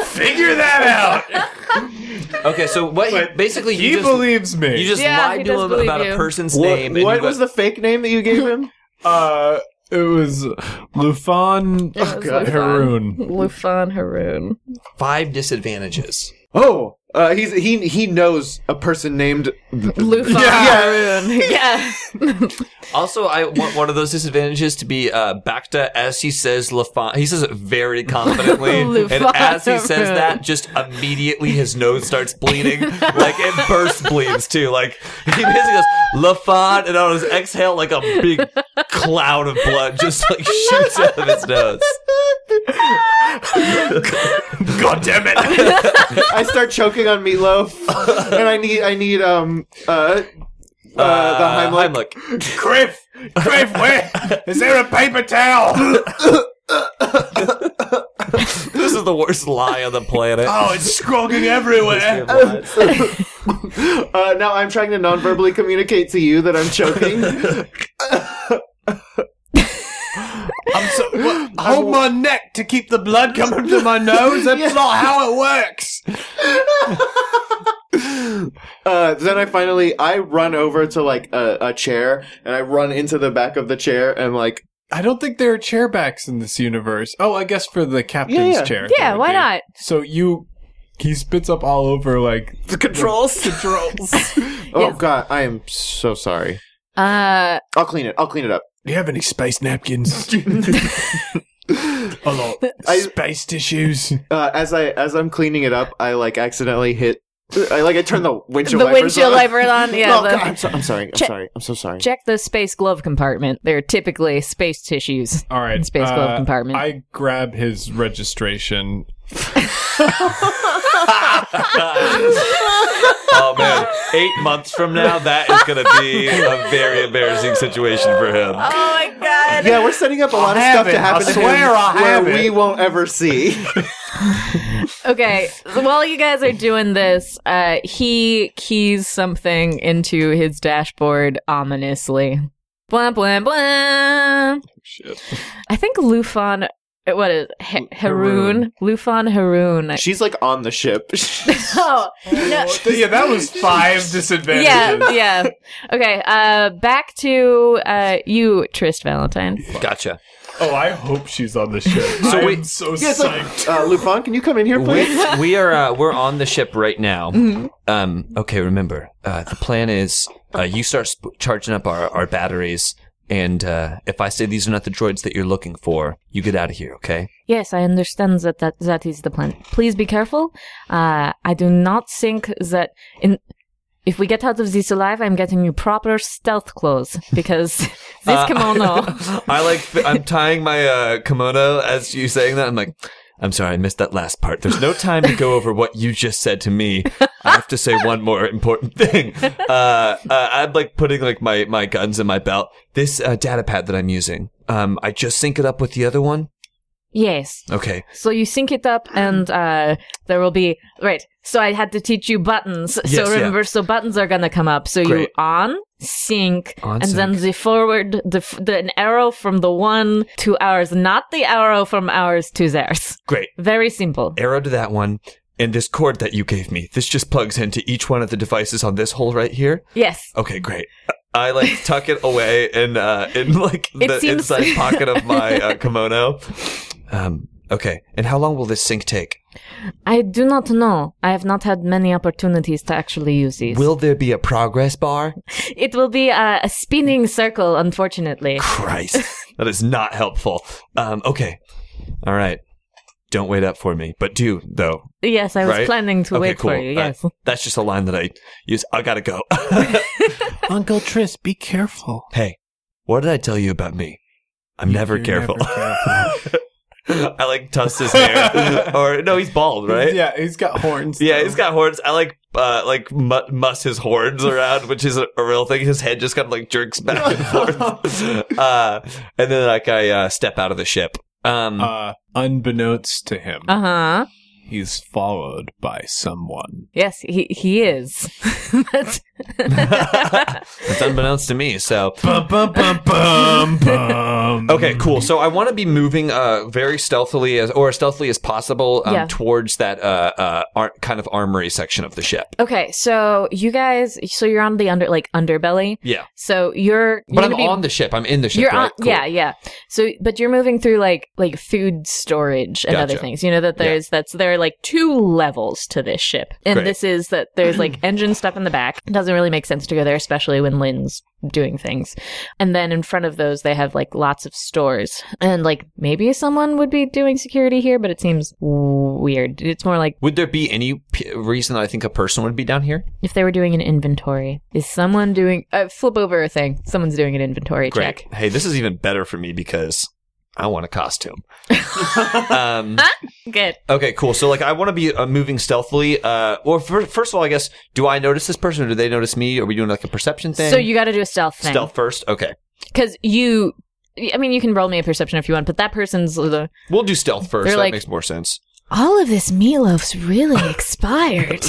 Speaker 4: figure that out.
Speaker 6: okay, so what? You,
Speaker 4: But
Speaker 6: basically,
Speaker 4: he
Speaker 6: you just,
Speaker 4: believes me.
Speaker 6: you just
Speaker 3: Yeah, he
Speaker 6: lied to
Speaker 3: does
Speaker 6: him
Speaker 3: believe
Speaker 6: about
Speaker 3: you.
Speaker 6: a person's
Speaker 5: What,
Speaker 6: name. and
Speaker 5: what
Speaker 6: you
Speaker 5: was
Speaker 6: got-
Speaker 5: the fake name that you gave him?
Speaker 4: uh, it was Lufan oh,
Speaker 3: It was Lufan.
Speaker 4: Haroon.
Speaker 3: Lufan Haroon.
Speaker 6: five disadvantages?
Speaker 5: Oh, uh, he's he he knows a person named
Speaker 3: Lufan
Speaker 5: Yeah.
Speaker 3: Haroon. Yeah.
Speaker 6: Also, I want one of those disadvantages to be uh, Bacta as he says Lafon. He says it very confidently, and
Speaker 3: Lafon.
Speaker 6: as he says that, just immediately his nose starts bleeding, like it burst bleeds too. Like he basically goes Lafon, and on his exhale, like a big cloud of blood just like shoots out of his nose.
Speaker 4: God damn it.
Speaker 5: I start choking on meatloaf, and I need I need um uh uh, the Heimlich.
Speaker 6: Heimlich.
Speaker 4: Criff! Criff, where? Is there a paper towel?
Speaker 6: This is the worst lie on the planet.
Speaker 4: Oh, it's scrogging everywhere.
Speaker 5: Uh, now I'm trying to non-verbally communicate to you that I'm choking.
Speaker 4: I'm so, what, hold my neck to keep the blood coming to my nose. That's not how it works.
Speaker 5: Uh, then I finally I run over to like a, a chair and I run into the back of the chair and like
Speaker 4: I don't think there are chairbacks in this universe. Oh, I guess for the captain's
Speaker 5: Yeah, yeah.
Speaker 4: chair.
Speaker 3: Yeah,
Speaker 4: there
Speaker 3: why
Speaker 4: would be.
Speaker 3: not?
Speaker 4: So you, he spits up all over like
Speaker 6: the controls, controls.
Speaker 5: oh
Speaker 3: Yes.
Speaker 5: god I am so sorry.
Speaker 3: Uh,
Speaker 5: I'll clean it. I'll clean it up.
Speaker 4: Do you have any space napkins? a lot.
Speaker 5: I-
Speaker 4: space tissues.
Speaker 5: Uh, as I as I'm cleaning it up, I like accidentally hit. I like I turn the windshield
Speaker 3: the
Speaker 5: wipers
Speaker 3: windshield
Speaker 5: on.
Speaker 3: wiper on. Yeah.
Speaker 5: oh
Speaker 3: the-
Speaker 5: god, I'm, so, I'm sorry. I'm
Speaker 3: Check-
Speaker 5: sorry. I'm so sorry.
Speaker 3: Check the space glove compartment. They're typically space tissues.
Speaker 4: All right. uh,
Speaker 3: Space
Speaker 5: uh,
Speaker 3: glove compartment.
Speaker 4: I grab his registration.
Speaker 6: oh man, eight months from now, that is going to be a very embarrassing situation for him.
Speaker 3: Oh my god.
Speaker 5: Yeah, we're setting up a lot of
Speaker 4: have
Speaker 5: stuff
Speaker 4: it.
Speaker 5: to happen
Speaker 4: I
Speaker 5: to
Speaker 4: swear
Speaker 5: him
Speaker 4: I have
Speaker 5: where
Speaker 4: it.
Speaker 5: we won't ever see.
Speaker 3: Okay. So while you guys are doing this, uh, he keys something into his dashboard ominously. Blah blah blah.
Speaker 4: Shit.
Speaker 3: I think Lufon what is H- Haroon Lufan Haroon?
Speaker 5: She's like on the ship.
Speaker 3: oh no,
Speaker 7: yeah, that was five disadvantages.
Speaker 3: yeah, yeah. Okay, uh, back to uh, you, Trist Valentine.
Speaker 6: Gotcha.
Speaker 4: Oh, I hope she's on the ship. So
Speaker 6: wait-
Speaker 4: so
Speaker 5: Yeah, it's
Speaker 4: psyched.
Speaker 5: like, uh, Lufan, can you come in here, please?
Speaker 6: we, we are uh, we're on the ship right now. Um, okay, remember uh, the plan is uh, you start sp- charging up our, our batteries, and uh, if I say these are not the droids that you're looking for, you get out of here. Okay?
Speaker 3: Yes, I understand that that, that is the plan. Please be careful. Uh, I do not think that in if we get out of this alive, I'm getting you proper stealth clothes because this
Speaker 6: Uh,
Speaker 3: kimono.
Speaker 6: I like I'm tying my uh, kimono as you saying that. I'm like. I'm sorry, I missed that last part. There's no time to go over what you just said to me. I have to say one more important thing. Uh, uh, I'm like putting like my, my guns in my belt. This uh, data pad that I'm using, um, I just sync it up with the other one.
Speaker 3: yes.
Speaker 6: Okay,
Speaker 3: So you sync it up, and uh, there will be right. So I had to teach you buttons.
Speaker 6: Yes,
Speaker 3: so
Speaker 6: yeah.
Speaker 3: remember, so buttons are gonna come up. So you
Speaker 6: Great.
Speaker 3: on sync,
Speaker 6: On
Speaker 3: and then
Speaker 6: sync.
Speaker 3: the forward, the, f- the an arrow from the one to ours, not the arrow from ours to theirs.
Speaker 6: great.
Speaker 3: Very simple.
Speaker 6: arrow to that one, and this cord that you gave me. This just plugs into each one of the devices on this hole right here.
Speaker 3: Yes.
Speaker 6: Okay, great. I like tuck it away in uh, in like
Speaker 3: It
Speaker 6: the
Speaker 3: seems-
Speaker 6: inside pocket of my uh, kimono. Um, okay, and how long will this sync take?
Speaker 3: I do not know. I have not had many opportunities to actually use these.
Speaker 6: Will there be a progress bar?
Speaker 3: it will be uh, a, a spinning circle, unfortunately.
Speaker 6: Christ, that is not helpful. Um, okay, all right. Don't wait up for me, but do though.
Speaker 3: Yes, I was
Speaker 6: Right?
Speaker 3: planning to
Speaker 6: Okay,
Speaker 3: wait for
Speaker 6: cool.
Speaker 3: you.
Speaker 6: Uh,
Speaker 3: Yes.
Speaker 6: That's just a line that I use. I gotta go.
Speaker 2: Uncle Tris, be careful.
Speaker 6: hey, what did I tell you about me? I'm never
Speaker 4: You're
Speaker 6: careful.
Speaker 4: careful.
Speaker 6: I like tuss his hair, or no, he's bald, right?
Speaker 4: Yeah, he's got horns.
Speaker 6: Yeah,
Speaker 4: though.
Speaker 6: he's got horns. I like uh, like mu- muss his horns around, which is a, a real thing. His head just kind of like jerks back and forth. Uh, and then like I uh, step out of the ship. Um,
Speaker 4: Uh, unbeknownst to him,
Speaker 3: Uh huh.
Speaker 4: he's followed by someone.
Speaker 3: Yes, he he is. But-
Speaker 6: it's unbeknownst to me. So
Speaker 4: Bum bum bum bum bum.
Speaker 6: okay, cool. So I want to be moving uh, very stealthily as or as stealthily as possible um,
Speaker 3: Yeah.
Speaker 6: towards that uh, uh, ar- kind of armory section of the ship.
Speaker 3: okay, so you guys, so you're on the under like underbelly.
Speaker 6: Yeah,
Speaker 3: So you're, you're
Speaker 6: but I'm
Speaker 3: gonna be-
Speaker 6: on the ship. I'm in the ship.
Speaker 3: You're
Speaker 6: right?
Speaker 3: on,
Speaker 6: Cool.
Speaker 3: yeah, yeah. So, but you're moving through like like food storage and other
Speaker 6: Gotcha.
Speaker 3: things. You know that
Speaker 6: Yeah.
Speaker 3: there's that's there are like two levels to this ship, and
Speaker 6: Great.
Speaker 3: this is that there's like engine stuff in the back. It doesn't really make sense to go there, especially when Lynn's doing things. And then in front of those, they have like lots of stores, and like maybe someone would be doing security here, but it seems weird. It's more like
Speaker 6: Would there be any p- reason that I think a person would be down here?
Speaker 3: if they were doing an inventory. Is someone doing uh, flip over a thing? Someone's doing an inventory check.
Speaker 6: Hey, this is even better for me because I want a costume. um,
Speaker 3: Good.
Speaker 6: okay, cool. So, like, I want to be uh, moving stealthily. Uh, or fir- first of all, I guess, do I notice this person or do they notice me? Are we doing like a perception thing?
Speaker 3: So you got to do a stealth thing.
Speaker 6: stealth first. Okay,
Speaker 3: because you i mean you can roll me a perception if you want but that person's the,
Speaker 6: we'll do stealth 1st
Speaker 3: They're
Speaker 6: that
Speaker 3: like-
Speaker 6: makes more sense.
Speaker 3: all of this meatloaf's really expired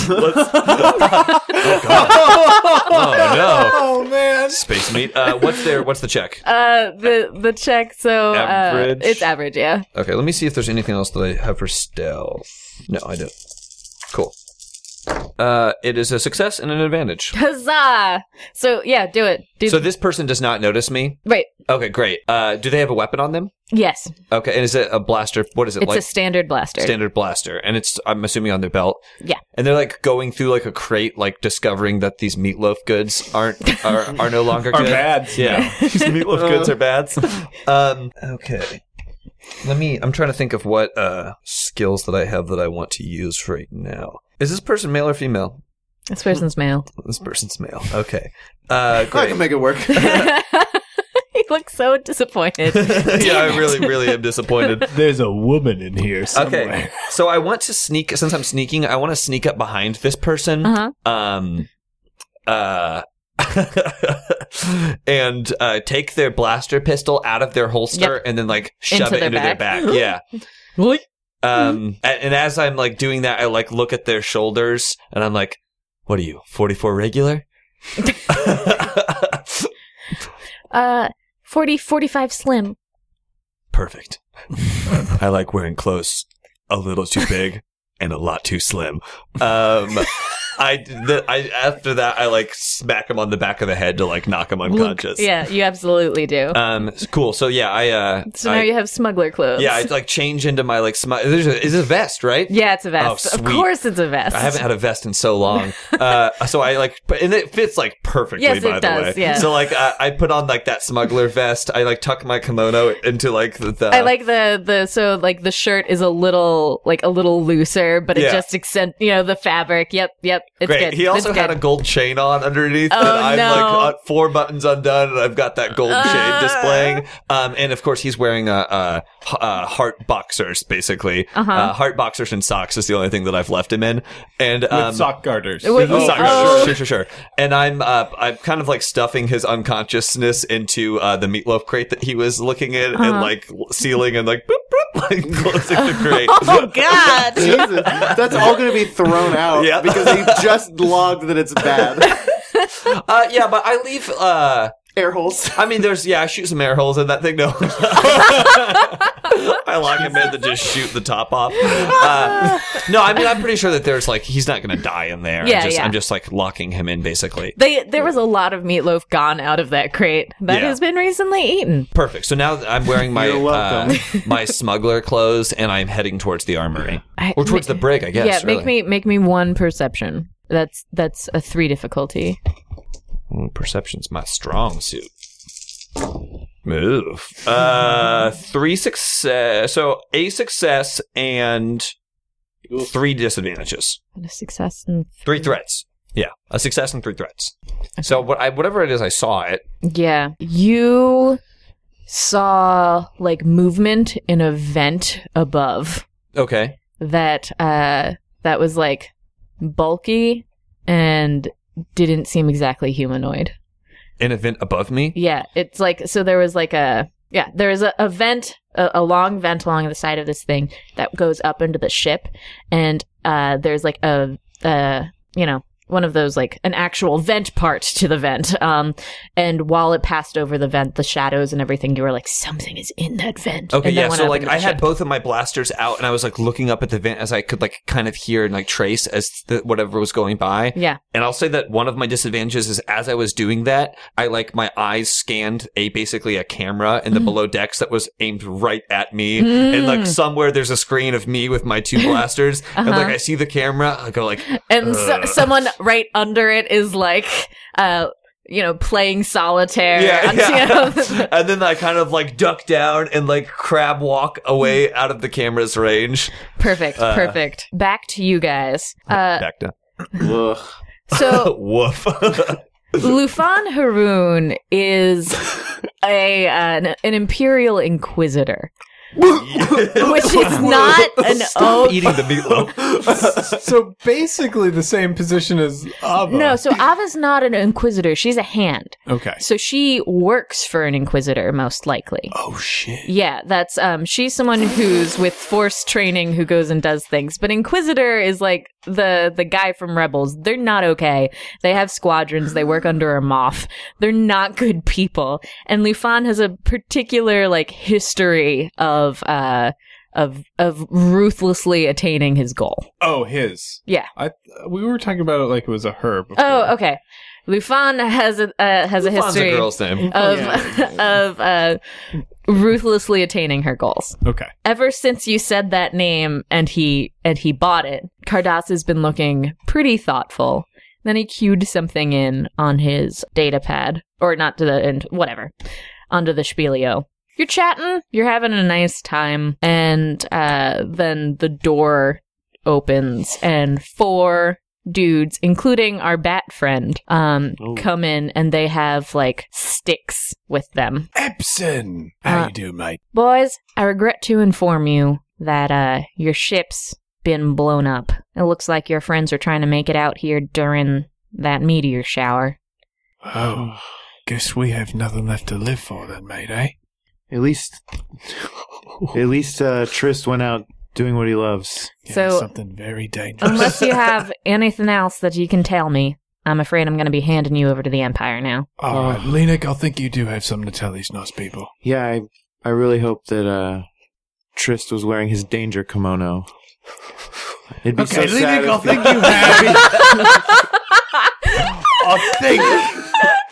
Speaker 6: Oh
Speaker 4: Oh man.
Speaker 6: no, space meat. Uh, what's their What's the check?
Speaker 3: uh the the check so
Speaker 6: Average.
Speaker 3: Uh, it's average yeah
Speaker 6: Okay, let me see if there's anything else that I have for stealth. No, I don't. Cool. Uh, it is a success and an advantage.
Speaker 3: huzzah so yeah do it do
Speaker 6: So this person does not notice me.
Speaker 3: right
Speaker 6: Okay, great. Uh, do they have a weapon on them?
Speaker 3: yes
Speaker 6: Okay, and is it a blaster? What is it
Speaker 3: it's
Speaker 6: like?
Speaker 3: a standard blaster
Speaker 6: standard blaster, and it's I'm assuming on their belt.
Speaker 3: Yeah.
Speaker 6: and they're like going through like a crate, like discovering that these meatloaf goods aren't are, are no longer
Speaker 4: Are
Speaker 6: good.
Speaker 4: bad.
Speaker 6: Yeah, these meatloaf goods are bad. Um, okay. Let me. I'm trying to think of what uh, skills that I have that I want to use right now. Is this person male or female?
Speaker 3: this person's male
Speaker 6: This person's male. Okay. Uh,
Speaker 5: I
Speaker 6: great.
Speaker 5: can make it work.
Speaker 3: he looks so disappointed
Speaker 6: yeah, I really, really am disappointed.
Speaker 4: There's a woman in here somewhere.
Speaker 6: Okay, so I want to sneak. Since I'm sneaking, I want to sneak up behind this person.
Speaker 3: uh-huh
Speaker 6: Um, uh, and uh, take their blaster pistol out of their holster and then like shove
Speaker 3: Into
Speaker 6: it
Speaker 3: their
Speaker 6: into their
Speaker 3: back. Mm-hmm.
Speaker 6: back. Yeah. Um, a- and as I'm like doing that, I like look at their shoulders and I'm like, "What are you? 44 regular?"
Speaker 3: uh 40 45 slim
Speaker 6: perfect. I like wearing clothes a little too big and a lot too slim. Um, I, the, I after that I like smack him on the back of the head to like knock him unconscious.
Speaker 3: Yeah, you absolutely do.
Speaker 6: Um, s- cool. So yeah, I uh,
Speaker 3: so
Speaker 6: I-
Speaker 3: now you have smuggler clothes.
Speaker 6: yeah, I like change into my like smi- there's a, is it a vest, right?
Speaker 3: Yeah, it's a vest.
Speaker 6: Oh,
Speaker 3: of
Speaker 6: sweet.
Speaker 3: course, it's a vest.
Speaker 6: I haven't had a vest in so long, uh, so I like, but and it fits like perfectly.
Speaker 3: Yes, it
Speaker 6: by the
Speaker 3: does,
Speaker 6: way,
Speaker 3: yeah.
Speaker 6: so like I, I put on like that smuggler vest. I like tuck my kimono into like the. the
Speaker 3: I like the the so like the shirt is a little like a little looser, but
Speaker 6: Yeah.
Speaker 3: it just accent you know the fabric. Yep, yep. It's
Speaker 6: Great.
Speaker 3: good.
Speaker 6: He also
Speaker 3: it's
Speaker 6: had
Speaker 3: good.
Speaker 6: a gold chain on underneath,
Speaker 3: Oh,
Speaker 6: and I'm
Speaker 3: no. Ah.
Speaker 6: like uh, four buttons undone, and I've got that gold chain displaying. Um, and of course, he's wearing a, a, h- uh heart boxers, basically.
Speaker 3: Uh-huh.
Speaker 6: Uh, heart boxers and socks is the only thing that I've left him in. And
Speaker 4: with
Speaker 6: um,
Speaker 4: sock garters.
Speaker 3: It would
Speaker 6: Oh,
Speaker 3: be-
Speaker 6: sorry,
Speaker 3: oh.
Speaker 6: sure, sure, sure. And I'm, uh, I'm kind of like stuffing his unconsciousness into uh, the meatloaf crate that he was looking at, and
Speaker 3: Uh-huh.
Speaker 6: like sealing and like boop boop, like closing the crate.
Speaker 3: Oh God!
Speaker 5: Jesus, that's all going to be thrown out
Speaker 6: Yeah.
Speaker 5: because he just logged that it's bad.
Speaker 6: Uh, yeah, but I leave. Uh,
Speaker 5: Air holes.
Speaker 6: I mean, there's yeah, I shoot some air holes in that thing. No, I like him in to just shoot the top off. Uh, no, I mean, I'm pretty sure that there's like he's not gonna die in there.
Speaker 3: Yeah,
Speaker 6: I'm just,
Speaker 3: yeah.
Speaker 6: I'm just like locking him in basically.
Speaker 3: They there was a lot of meatloaf gone out of that crate that
Speaker 6: Yeah.
Speaker 3: has been recently eaten.
Speaker 6: Perfect. So now I'm wearing my
Speaker 5: You're
Speaker 6: uh,
Speaker 5: welcome.
Speaker 6: my smuggler clothes, and I'm heading towards the armory
Speaker 3: I-
Speaker 6: or towards the brig, I guess.
Speaker 3: yeah, make me
Speaker 6: really.
Speaker 3: make me one perception. That's that's a three difficulty.
Speaker 6: Mm, Perception's my strong suit. Move. Uh, three success. So a success and three disadvantages.
Speaker 3: What a success! And
Speaker 6: Three threats. Yeah, a success and three threats. So what I, whatever it is, I saw it.
Speaker 3: Yeah. You saw like movement in a vent above
Speaker 6: Okay.
Speaker 3: that uh that was like bulky and didn't seem exactly humanoid.
Speaker 6: An event above me.
Speaker 3: Yeah, it's like so there was like a yeah, there is a, a vent a, a long vent along the side of this thing that goes up into the ship and uh there's like a uh you know one of those like an actual vent part to the vent um and while it passed over the vent the shadows and everything you were like something is in that vent
Speaker 6: Okay.
Speaker 3: And then
Speaker 6: Yeah.
Speaker 3: went
Speaker 6: So
Speaker 3: up
Speaker 6: like
Speaker 3: into the
Speaker 6: I had
Speaker 3: ship.
Speaker 6: both of my blasters out, and I was like looking up at the vent as I could like kind of hear and like trace as the, whatever was going by.
Speaker 3: yeah
Speaker 6: And I'll say that one of my disadvantages is as I was doing that, I like my eyes scanned a basically a camera
Speaker 3: Mm-hmm.
Speaker 6: in the below decks that was aimed right at me. And
Speaker 3: Mm.
Speaker 6: like somewhere there's a screen of me with my two blasters, and like
Speaker 3: Uh-huh.
Speaker 6: I see the camera, I go like,
Speaker 3: and so, someone right under it is like uh you know playing solitaire
Speaker 6: Yeah,
Speaker 3: on- you know?
Speaker 6: yeah. and then I kind of like duck down and like crab walk away out of the camera's range.
Speaker 3: perfect
Speaker 6: Uh,
Speaker 3: perfect back to you guys uh
Speaker 6: Back down.
Speaker 5: Ugh.
Speaker 3: so
Speaker 6: Woof.
Speaker 3: Lufan Haroon is a an, an imperial inquisitor, which is not an
Speaker 6: Stop
Speaker 3: oath.
Speaker 6: eating the meatloaf.
Speaker 4: so basically the same position as Ava.
Speaker 3: No, so Ava's not an inquisitor. She's a hand.
Speaker 4: Okay.
Speaker 3: So she works for an inquisitor, most likely.
Speaker 4: Oh shit.
Speaker 3: Yeah, that's um. She's someone who's with force training who goes and does things. But inquisitor is like the the guy from Rebels. They're not okay. They have squadrons. They work under a moth. They're not good people. And Lufan has a particular like history of uh of of ruthlessly attaining his goal.
Speaker 4: Oh, his.
Speaker 3: Yeah.
Speaker 4: I we were talking about it like it was a her. Before.
Speaker 3: Oh, okay. Lufan has a uh, has a
Speaker 6: Fon's
Speaker 3: history
Speaker 6: a girl's name.
Speaker 3: of of uh ruthlessly attaining her goals.
Speaker 4: Okay.
Speaker 3: ever since you said that name and he and he bought it, Cardass has been looking pretty thoughtful. Then he cued something in on his data pad, or not to the and whatever, onto the Spielio. You're chatting, you're having a nice time, and uh, then the door opens and four dudes, including our bat friend, um, come in and they have like sticks with them
Speaker 4: Epson. How
Speaker 3: Uh,
Speaker 4: you do, mate?
Speaker 3: Boys, I regret to inform you that uh your ship's been blown up. It looks like your friends are trying to make it out here during that meteor shower.
Speaker 4: Oh, guess we have nothing left to live for then, mate. Eh?
Speaker 5: At least, at least uh, Trist went out doing what he loves.
Speaker 4: Yeah,
Speaker 3: So-
Speaker 4: something very dangerous.
Speaker 3: Unless you have anything else that you can tell me, I'm afraid I'm going to be
Speaker 4: uh,
Speaker 3: handing you over to the Empire now.
Speaker 4: All right, Lenik, I think you do have something to tell these nice people.
Speaker 5: Yeah, I I really hope that uh, Trist was wearing his danger kimono. It'd be so sad.
Speaker 8: I'll
Speaker 5: if
Speaker 8: think you happy.
Speaker 4: I think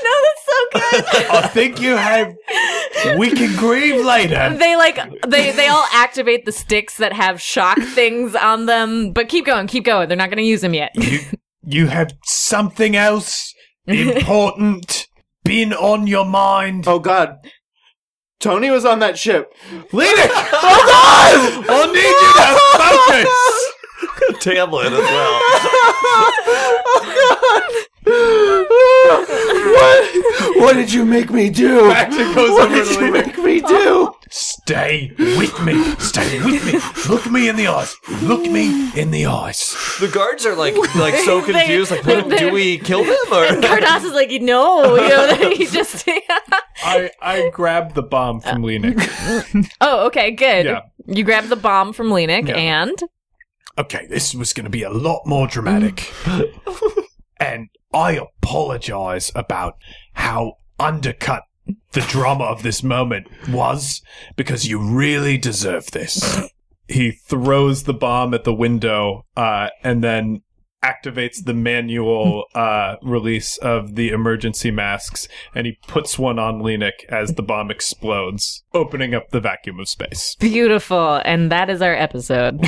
Speaker 1: No, that's so good.
Speaker 4: I think you have. We can grieve later.
Speaker 1: they like they they all activate the sticks that have shock things on them. But keep going, keep going. They're not going to use them yet.
Speaker 4: You you have something else important been on your mind.
Speaker 5: Oh God, Tony was on that ship.
Speaker 4: Leave it. Hold on. I need you to focus.
Speaker 6: Tamlin as well.
Speaker 5: what? What did you make me do?
Speaker 4: Baxter goes
Speaker 5: what
Speaker 4: over
Speaker 5: did
Speaker 4: to
Speaker 5: you
Speaker 4: Lena.
Speaker 5: make me do?
Speaker 4: Stay with me. Stay with me. Look me in the eyes. Look me in the eyes.
Speaker 6: The guards are like like so
Speaker 1: They-
Speaker 6: confused. Like, what,
Speaker 1: they-
Speaker 6: do we kill them or?
Speaker 1: Cardass is like, no, you know, he just.
Speaker 3: I I grabbed the bomb from Lenik.
Speaker 1: oh, okay, good.
Speaker 3: Yeah.
Speaker 1: You grab the bomb from Lenik
Speaker 3: Yeah.
Speaker 1: and
Speaker 4: Okay, this was going to be a lot more dramatic. and I apologize about how undercut the drama of this moment was because you really deserve this.
Speaker 3: he throws the bomb at the window uh, and then activates the manual uh, release of the emergency masks and he puts one on Lenik as the bomb explodes, opening up the vacuum of space.
Speaker 1: beautiful. And that is our episode.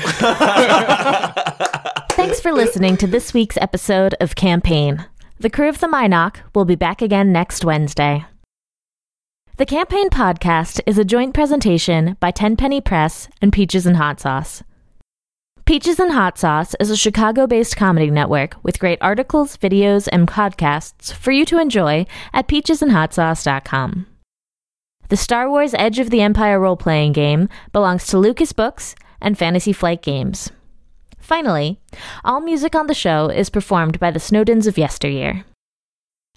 Speaker 1: Thanks for listening to this week's episode of Campaign. The crew of the Minoc will be back again next Wednesday. The Campaign podcast is a joint presentation by Tenpenny Press and Peaches and Hot Sauce. Peaches and Hot Sauce is a Chicago based comedy network with great articles, videos, and podcasts for you to enjoy at peachesandhotsauce.com. The Star Wars Edge of the Empire role playing game belongs to Lucas Books and Fantasy Flight Games. Finally, all music on the show is performed by the Snowdens of yesteryear.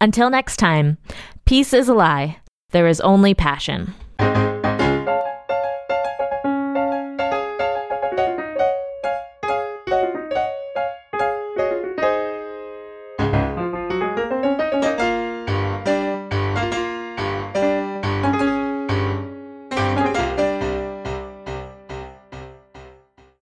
Speaker 1: Until next time, peace is a lie. There is only passion.